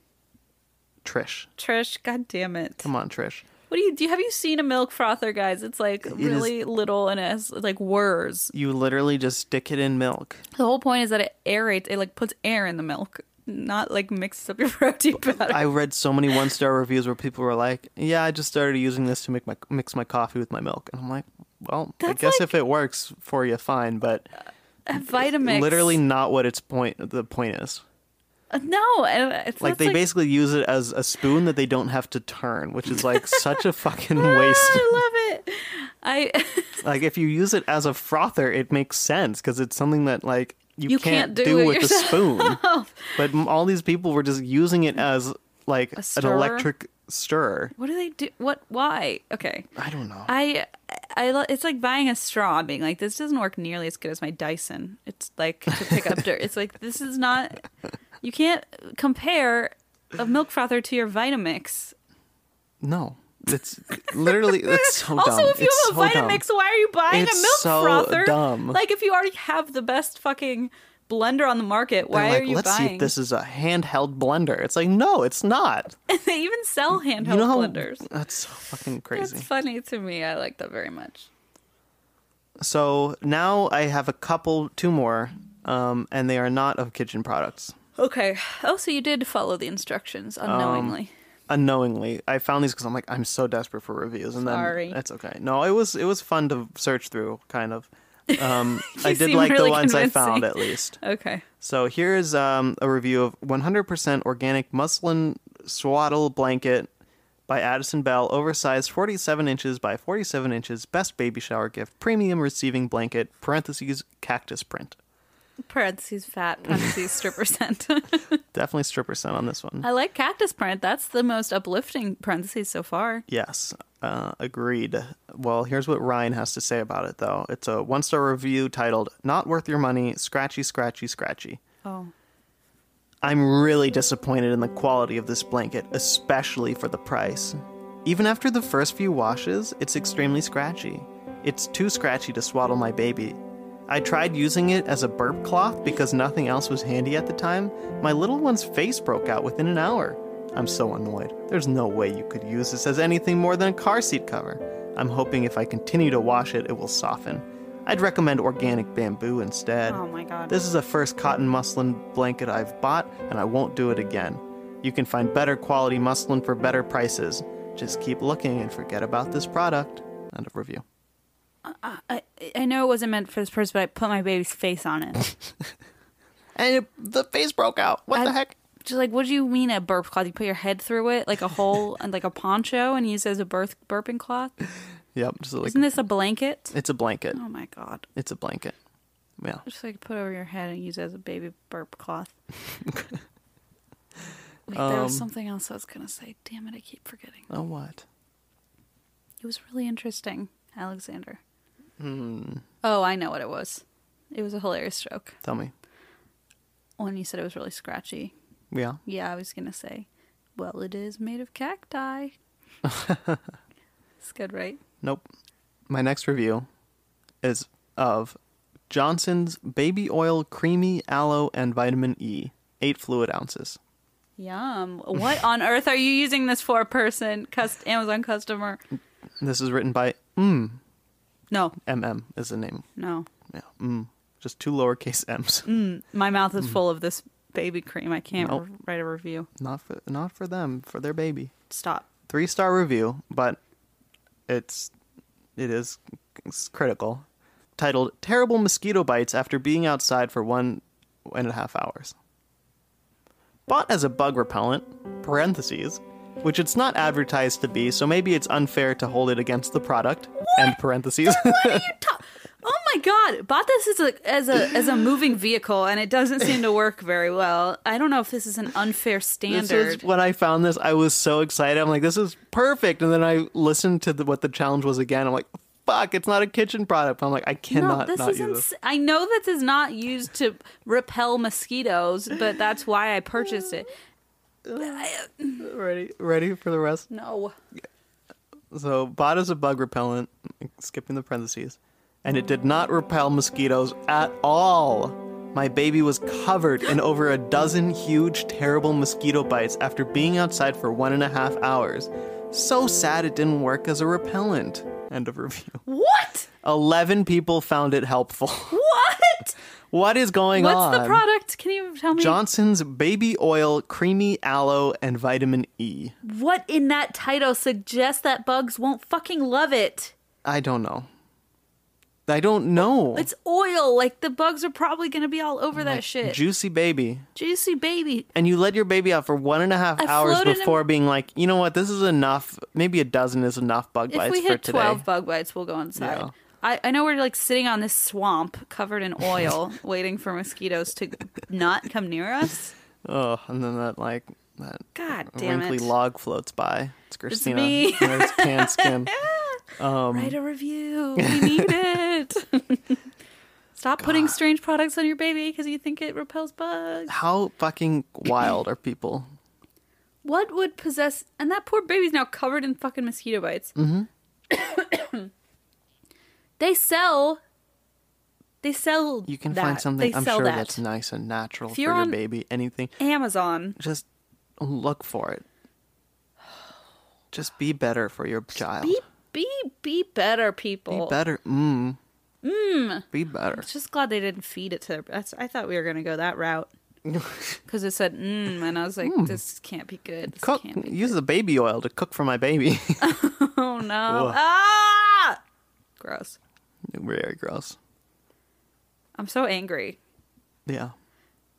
[SPEAKER 3] Trish.
[SPEAKER 4] Trish. God damn it.
[SPEAKER 3] Come on, Trish.
[SPEAKER 4] What do you do? You, have you seen a milk frother, guys? It's like really little and it has like whirs.
[SPEAKER 3] You literally just stick it in milk.
[SPEAKER 4] The whole point is that it aerates. It like puts air in the milk, not like mixes up your protein powder.
[SPEAKER 3] I read so many one star reviews where people were like, "Yeah, I just started using this to make my mix my coffee with my milk," and I'm like, "Well, I
[SPEAKER 4] That's
[SPEAKER 3] guess
[SPEAKER 4] like- Uh,
[SPEAKER 3] if it works for you, fine, but
[SPEAKER 4] Vitamix.
[SPEAKER 3] literally not what its point the point is.
[SPEAKER 4] Uh, no. and It's
[SPEAKER 3] Like
[SPEAKER 4] that's
[SPEAKER 3] they basically use it as a spoon that they don't have to turn, which is like such a fucking waste.
[SPEAKER 4] I love it. I
[SPEAKER 3] like if you use it as a frother, it makes sense because it's something that like you,
[SPEAKER 4] You
[SPEAKER 3] can't,
[SPEAKER 4] can't do it
[SPEAKER 3] with
[SPEAKER 4] yourself.
[SPEAKER 3] a spoon. but m- all these people were just using it as like an
[SPEAKER 4] stirrer?
[SPEAKER 3] electric stirrer.
[SPEAKER 4] what do they do? What? Why? Okay.
[SPEAKER 3] I don't know.
[SPEAKER 4] I, I, lo- it's like buying a straw, and being like, this doesn't work nearly as good as my Dyson. It's like to pick up dirt. It's like this is not. You can't compare a milk frother to your Vitamix.
[SPEAKER 3] no. It's literally that's so
[SPEAKER 5] also,
[SPEAKER 3] dumb.
[SPEAKER 5] if you
[SPEAKER 3] it's
[SPEAKER 5] have
[SPEAKER 3] so
[SPEAKER 5] a
[SPEAKER 3] dumb.
[SPEAKER 5] Vitamix, why are you buying
[SPEAKER 3] It's
[SPEAKER 5] a milk
[SPEAKER 3] so
[SPEAKER 5] frother?
[SPEAKER 3] dumb.
[SPEAKER 5] Like, if you already have the best fucking blender on the market,
[SPEAKER 3] They're
[SPEAKER 5] why
[SPEAKER 3] like,
[SPEAKER 5] are you
[SPEAKER 3] let's
[SPEAKER 5] buying?
[SPEAKER 3] see if this is a handheld blender. It's like, no, it's not.
[SPEAKER 5] they even sell handheld
[SPEAKER 3] you know how
[SPEAKER 5] blenders.
[SPEAKER 3] that's so fucking
[SPEAKER 5] That's
[SPEAKER 3] crazy.
[SPEAKER 5] funny to me. I like that very much.
[SPEAKER 3] so now I have a couple, two more, um, and they are not of kitchen products.
[SPEAKER 5] Okay. Oh, so you did follow the instructions
[SPEAKER 3] Um,
[SPEAKER 5] unknowingly.
[SPEAKER 3] Unknowingly, I found these because I'm like, I'm so desperate for reviews, and
[SPEAKER 5] Sorry.
[SPEAKER 3] then that's okay. No, it was it was fun to search through, kind of. Um, I
[SPEAKER 5] You
[SPEAKER 3] did
[SPEAKER 5] seem
[SPEAKER 3] like
[SPEAKER 5] really
[SPEAKER 3] the ones I found
[SPEAKER 5] convincing.
[SPEAKER 3] at least.
[SPEAKER 5] okay.
[SPEAKER 3] So here is um, a review of 100% organic muslin swaddle blanket by Addison Bell, oversized 47 inches by 47 inches, best baby shower gift, premium receiving blanket, parentheses cactus print.
[SPEAKER 5] Parentheses fat, parentheses stripper scent.
[SPEAKER 3] Definitely stripper scent on this
[SPEAKER 4] Uh,
[SPEAKER 3] one.
[SPEAKER 5] I like cactus print. That's the most uplifting parentheses so far.
[SPEAKER 3] Yes, uh, agreed. Well, here's what Ryan has to say about it, though. It's a one star review titled Not Worth Your Money, Scratchy, Scratchy, Scratchy.
[SPEAKER 5] Oh.
[SPEAKER 3] I'm really disappointed in the quality of this blanket, especially for the price. Even after the first few washes, it's extremely scratchy. It's too scratchy to swaddle my baby. I tried using it as a burp cloth because nothing else was handy at the time. My little one's face broke out within an hour. I'm so annoyed. There's no way you could use this as anything more than a car seat cover. I'm hoping if I continue to wash it, it will soften. I'd recommend organic bamboo instead.
[SPEAKER 5] Oh my god.
[SPEAKER 3] This is the first cotton muslin blanket I've bought, and I won't do it again. You can find better quality muslin for better prices. Just keep looking and forget about this product. End of review.
[SPEAKER 4] I, I know it wasn't meant for this person, but I put my baby's face on it.
[SPEAKER 3] And it, the face broke out. What the
[SPEAKER 4] I-
[SPEAKER 3] heck?
[SPEAKER 4] Just like, what do you mean a burp cloth? You put your head through it like a hole and like a poncho and use it as a birth burping cloth?
[SPEAKER 3] Yep, just like
[SPEAKER 4] Isn't this a blanket?
[SPEAKER 3] it's a blanket.
[SPEAKER 4] Oh my god.
[SPEAKER 3] It's a blanket. Yeah.
[SPEAKER 4] Just like put over your head and use it as a baby burp cloth. Wait, there
[SPEAKER 3] Um,
[SPEAKER 4] was something else I was gonna say. Damn it, I keep forgetting.
[SPEAKER 3] Oh what?
[SPEAKER 4] It was really interesting, Alexander. Oh, I know what it was. It was a hilarious joke.
[SPEAKER 3] Tell me.
[SPEAKER 4] When you said it was really scratchy.
[SPEAKER 3] Yeah.
[SPEAKER 4] Yeah, I was gonna say, well, it is made of cacti. it's good, right?
[SPEAKER 3] Nope. My next review is of Johnson's Baby Oil Creamy Aloe and Vitamin E, eight fluid ounces.
[SPEAKER 4] Yum. What on earth are you using this for, person? Cust- Amazon customer.
[SPEAKER 3] This is written by Mm.
[SPEAKER 4] No,
[SPEAKER 3] MM is the name.
[SPEAKER 4] no.
[SPEAKER 3] Yeah. Mm. Just two lowercase m's.
[SPEAKER 4] My mouth is full of this baby cream. I can't
[SPEAKER 3] Nope.
[SPEAKER 4] write a review.
[SPEAKER 3] Not for not for them, for their baby.
[SPEAKER 4] Stop.
[SPEAKER 3] Three star review, but it's it is it's critical. Titled "Terrible Mosquito Bites After Being Outside for One and a Half Hours." Bought as a bug repellent (parentheses), which it's not advertised to be, so maybe it's unfair to hold it against the product (end parentheses).
[SPEAKER 5] Oh my god! Bought this as a as a as a moving vehicle, and it doesn't seem to work very well. I don't know if this is an unfair standard.
[SPEAKER 3] This is when I found this, I was so excited. I'm like, this is perfect. And then I listened to the, what the challenge was again. I'm like, fuck, it's not a kitchen product. I'm like, I
[SPEAKER 5] no,
[SPEAKER 3] cannot
[SPEAKER 5] this
[SPEAKER 3] not
[SPEAKER 5] is.
[SPEAKER 3] use this.
[SPEAKER 5] Ins- I know this is not used to repel mosquitoes, but that's why I purchased it.
[SPEAKER 3] Ready, ready for the rest?
[SPEAKER 5] No.
[SPEAKER 3] So, bot is a bug repellent, skipping the parentheses, and it did not repel mosquitoes at all. My baby was covered in over a dozen huge, terrible mosquito bites after being outside for one and a half hours. So sad it didn't work as a repellent. End of review.
[SPEAKER 5] What?
[SPEAKER 3] 11 people found it helpful.
[SPEAKER 5] What?
[SPEAKER 3] What is going
[SPEAKER 5] What's
[SPEAKER 3] on?
[SPEAKER 5] the product? Can you tell me
[SPEAKER 3] Johnson's baby oil, creamy aloe, and vitamin E.
[SPEAKER 5] what in that title suggests that bugs won't fucking love it?
[SPEAKER 3] I don't know. I don't know.
[SPEAKER 5] It's oil. Like the bugs are probably gonna be all over that shit.
[SPEAKER 3] Juicy baby.
[SPEAKER 5] Juicy baby.
[SPEAKER 3] And you let your baby out for one and a half
[SPEAKER 5] I
[SPEAKER 3] hours
[SPEAKER 5] floated him-
[SPEAKER 3] before being like, you know what, this is enough. Maybe a dozen is enough bug
[SPEAKER 5] If
[SPEAKER 3] bites
[SPEAKER 5] we
[SPEAKER 3] for
[SPEAKER 5] hit
[SPEAKER 3] today.
[SPEAKER 5] 12 bug bites, we'll go inside.
[SPEAKER 3] Yeah.
[SPEAKER 5] I, I know we're like sitting on this swamp covered in oil, waiting for mosquitoes to not come near us.
[SPEAKER 3] Ugh, and then that, like, that
[SPEAKER 5] God damn
[SPEAKER 3] wrinkly
[SPEAKER 5] it.
[SPEAKER 3] log floats by. It's Christina.
[SPEAKER 5] me.
[SPEAKER 3] in her tan skin.
[SPEAKER 5] Ah,
[SPEAKER 3] Um,
[SPEAKER 5] Write a review. We need it. Stop putting strange products on your baby because you think it repels bugs.
[SPEAKER 3] How fucking wild are people?
[SPEAKER 4] What would possess? And that poor baby's now covered in fucking mosquito bites. Mm-hmm.
[SPEAKER 3] Mm-hmm.
[SPEAKER 4] they sell. They sell.
[SPEAKER 3] You can
[SPEAKER 4] that.
[SPEAKER 3] find something
[SPEAKER 4] They
[SPEAKER 3] I'm
[SPEAKER 4] sell
[SPEAKER 3] sure
[SPEAKER 4] that.
[SPEAKER 3] that's nice and natural
[SPEAKER 4] If
[SPEAKER 3] for
[SPEAKER 4] you're
[SPEAKER 3] your
[SPEAKER 4] on-
[SPEAKER 3] baby. Anything.
[SPEAKER 4] Amazon.
[SPEAKER 3] Just look for it. Just be better for your child.
[SPEAKER 4] Be be be better,
[SPEAKER 3] Be
[SPEAKER 4] people.
[SPEAKER 3] better. Mm. Mm. Be better.
[SPEAKER 4] Just glad they didn't feed it to their. That's, I thought we were gonna go that route. Because it said mm, and I was like, this can't be good. This
[SPEAKER 3] Hmm. Cook.
[SPEAKER 4] can't be.
[SPEAKER 3] Use the baby oil to cook for my baby.
[SPEAKER 4] Oh no! Ah! Gross.
[SPEAKER 3] Very gross.
[SPEAKER 4] I'm so angry.
[SPEAKER 3] Yeah.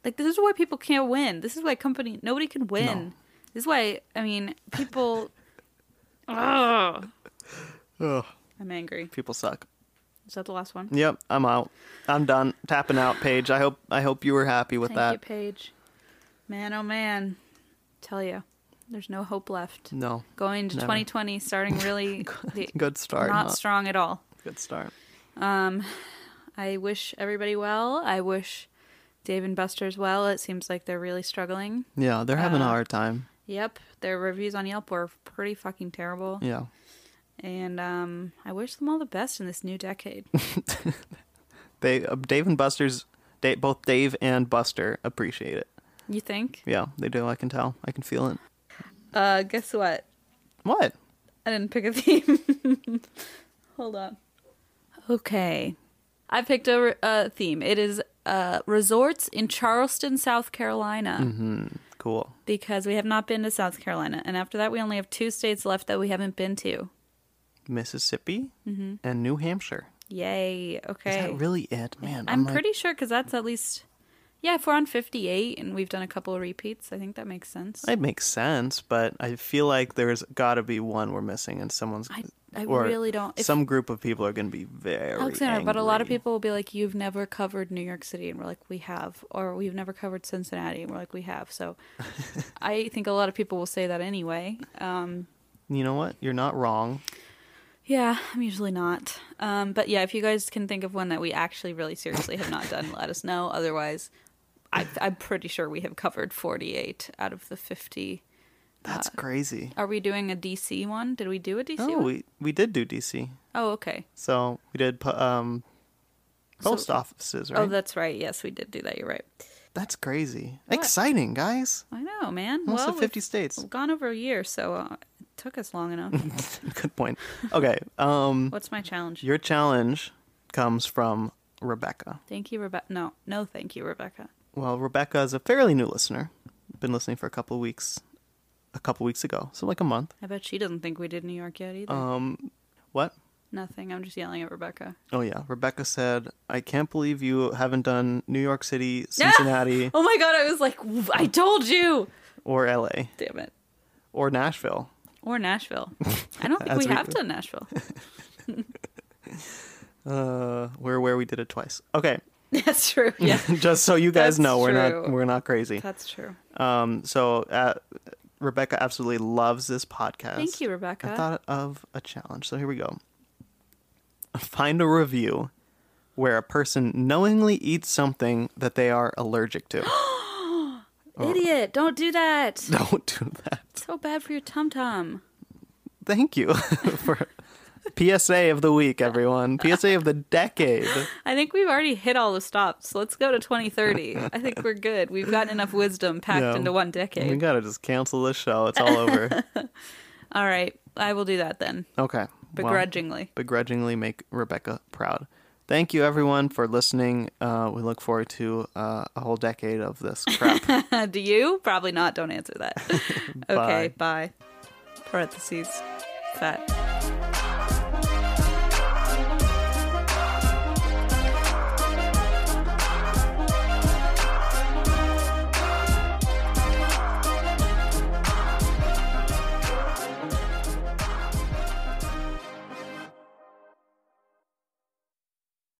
[SPEAKER 4] Like this is why people can't win. This is why company nobody can win. This is why I mean people. Ugh.
[SPEAKER 3] Ugh.
[SPEAKER 4] I'm angry.
[SPEAKER 3] People suck.
[SPEAKER 4] Is that the last one?
[SPEAKER 3] Yep. I'm out. I'm done. Tapping out, Paige. I hope. I hope you were happy with
[SPEAKER 4] Thank you,
[SPEAKER 3] that.
[SPEAKER 4] Paige. Man, oh man, tell you, there's no hope left.
[SPEAKER 3] no.
[SPEAKER 4] Going to
[SPEAKER 3] Never.
[SPEAKER 4] 2020, starting really the,
[SPEAKER 3] Good start.
[SPEAKER 4] not
[SPEAKER 3] not-
[SPEAKER 4] strong at all.
[SPEAKER 3] Good start.
[SPEAKER 4] Um, I wish everybody well. I wish Dave and Buster's well. It seems like they're really struggling.
[SPEAKER 3] Yeah, they're
[SPEAKER 4] Uh.
[SPEAKER 3] having a hard time.
[SPEAKER 4] Yep, their reviews on Yelp were pretty fucking terrible.
[SPEAKER 3] Yeah.
[SPEAKER 4] And um, I wish them all the best in this new decade.
[SPEAKER 3] They uh, Dave and Buster's da both Dave and Buster appreciate it.
[SPEAKER 4] you think?
[SPEAKER 3] Yeah, they do. I can tell. I can feel it.
[SPEAKER 4] Uh, guess what?
[SPEAKER 3] What?
[SPEAKER 4] I didn't pick a theme. Hold on. Okay. I picked a, re- a theme. It is uh, resorts in Charleston, South Carolina,
[SPEAKER 3] Mm. Cool.
[SPEAKER 4] because we have not been to South Carolina. And after that, we only have two states left that we haven't been to.
[SPEAKER 3] Mississippi
[SPEAKER 4] Mm-hmm.
[SPEAKER 3] and New Hampshire.
[SPEAKER 4] Yay. Okay.
[SPEAKER 3] Is that really it, man?
[SPEAKER 4] I'm
[SPEAKER 3] like-
[SPEAKER 4] pretty sure because that's at least, yeah, if we're on 58 and we've done a couple of repeats, I think that makes sense.
[SPEAKER 3] It makes sense, but I feel like there's got to be one we're missing, and someone's.
[SPEAKER 4] I- I
[SPEAKER 3] or
[SPEAKER 4] really don't- if-
[SPEAKER 3] some group of people are going to be very.
[SPEAKER 4] Alexander, but a lot of
[SPEAKER 3] angry.
[SPEAKER 4] people will be like, "You've never covered New York City," and we're like, "We have," or "We've never covered Cincinnati," and we're like, "We have." So, I think a lot of people will say that anyway. Um,
[SPEAKER 3] You know what? You're not wrong.
[SPEAKER 4] yeah, I'm usually not. Um, but yeah, if you guys can think of one that we actually really seriously have not done, let us know. Otherwise, I, I'm pretty sure we have covered 48 out of the 50.
[SPEAKER 3] That's crazy.
[SPEAKER 4] Are we doing a DC one? Did we do a DC
[SPEAKER 3] Oh,
[SPEAKER 4] one?
[SPEAKER 3] we we did do DC.
[SPEAKER 4] Oh, okay.
[SPEAKER 3] So we did po- um, post offices, right?
[SPEAKER 4] Oh, that's right. Yes, we did do that. You're right.
[SPEAKER 3] That's crazy. Exciting, guys.
[SPEAKER 4] I know, man.
[SPEAKER 3] Almost
[SPEAKER 4] well,
[SPEAKER 3] at 50
[SPEAKER 4] we've-
[SPEAKER 3] states.
[SPEAKER 4] We've gone over a year, so uh, it took us long enough.
[SPEAKER 3] Good point. Okay. Um,
[SPEAKER 4] What's my challenge?
[SPEAKER 3] your challenge comes from Rebecca.
[SPEAKER 4] Thank you, Rebecca. No, no, thank you, Rebecca.
[SPEAKER 3] Well, Rebecca is a fairly new listener. Been listening for a couple of weeks, a couple weeks ago, so like a month.
[SPEAKER 4] I bet she doesn't think we did New York yet either.
[SPEAKER 3] Uh, What?
[SPEAKER 4] Nothing. I'm just yelling at Rebecca.
[SPEAKER 3] Oh yeah, Rebecca said, "I can't believe you haven't done New York City, Cincinnati,
[SPEAKER 4] Oh my god, I was like, "W- I told you.
[SPEAKER 3] or L.A.
[SPEAKER 4] Damn it.
[SPEAKER 3] or Nashville."
[SPEAKER 4] Or Nashville. I don't think
[SPEAKER 3] As
[SPEAKER 4] we
[SPEAKER 3] we-
[SPEAKER 4] have done Nashville.
[SPEAKER 3] Uh, we're where we did it twice. Okay,
[SPEAKER 4] That's true. Yeah,
[SPEAKER 3] just so you guys
[SPEAKER 4] That's
[SPEAKER 3] know, we're not
[SPEAKER 4] true.
[SPEAKER 3] we're not crazy.
[SPEAKER 4] that's true.
[SPEAKER 3] Um, so uh, Rebecca absolutely loves this podcast.
[SPEAKER 4] Thank you, Rebecca.
[SPEAKER 3] I thought of a challenge, so here we go. Find a review where a person knowingly eats something that they are allergic to. Oh.
[SPEAKER 4] Idiot, don't do that.
[SPEAKER 3] Don't do that.
[SPEAKER 4] So bad for your tum tum.
[SPEAKER 3] Thank you for PSA of the week, everyone. PSA of the decade.
[SPEAKER 4] I think we've already hit all the stops. Let's go to 2030. I think we're good. We've gotten enough wisdom packed
[SPEAKER 3] Yeah.
[SPEAKER 4] into one
[SPEAKER 3] We
[SPEAKER 4] decade.
[SPEAKER 3] gotta just cancel this show. It's all over.
[SPEAKER 4] All right, I will do that then,
[SPEAKER 3] Okay. Well,
[SPEAKER 4] begrudgingly.
[SPEAKER 3] begrudgingly make Rebecca proud. Thank you, everyone, for listening. Uh, we look forward to uh, a whole decade of this crap.
[SPEAKER 4] Uh, do you? Probably not. Don't answer that. okay, bye. Parentheses. Fat.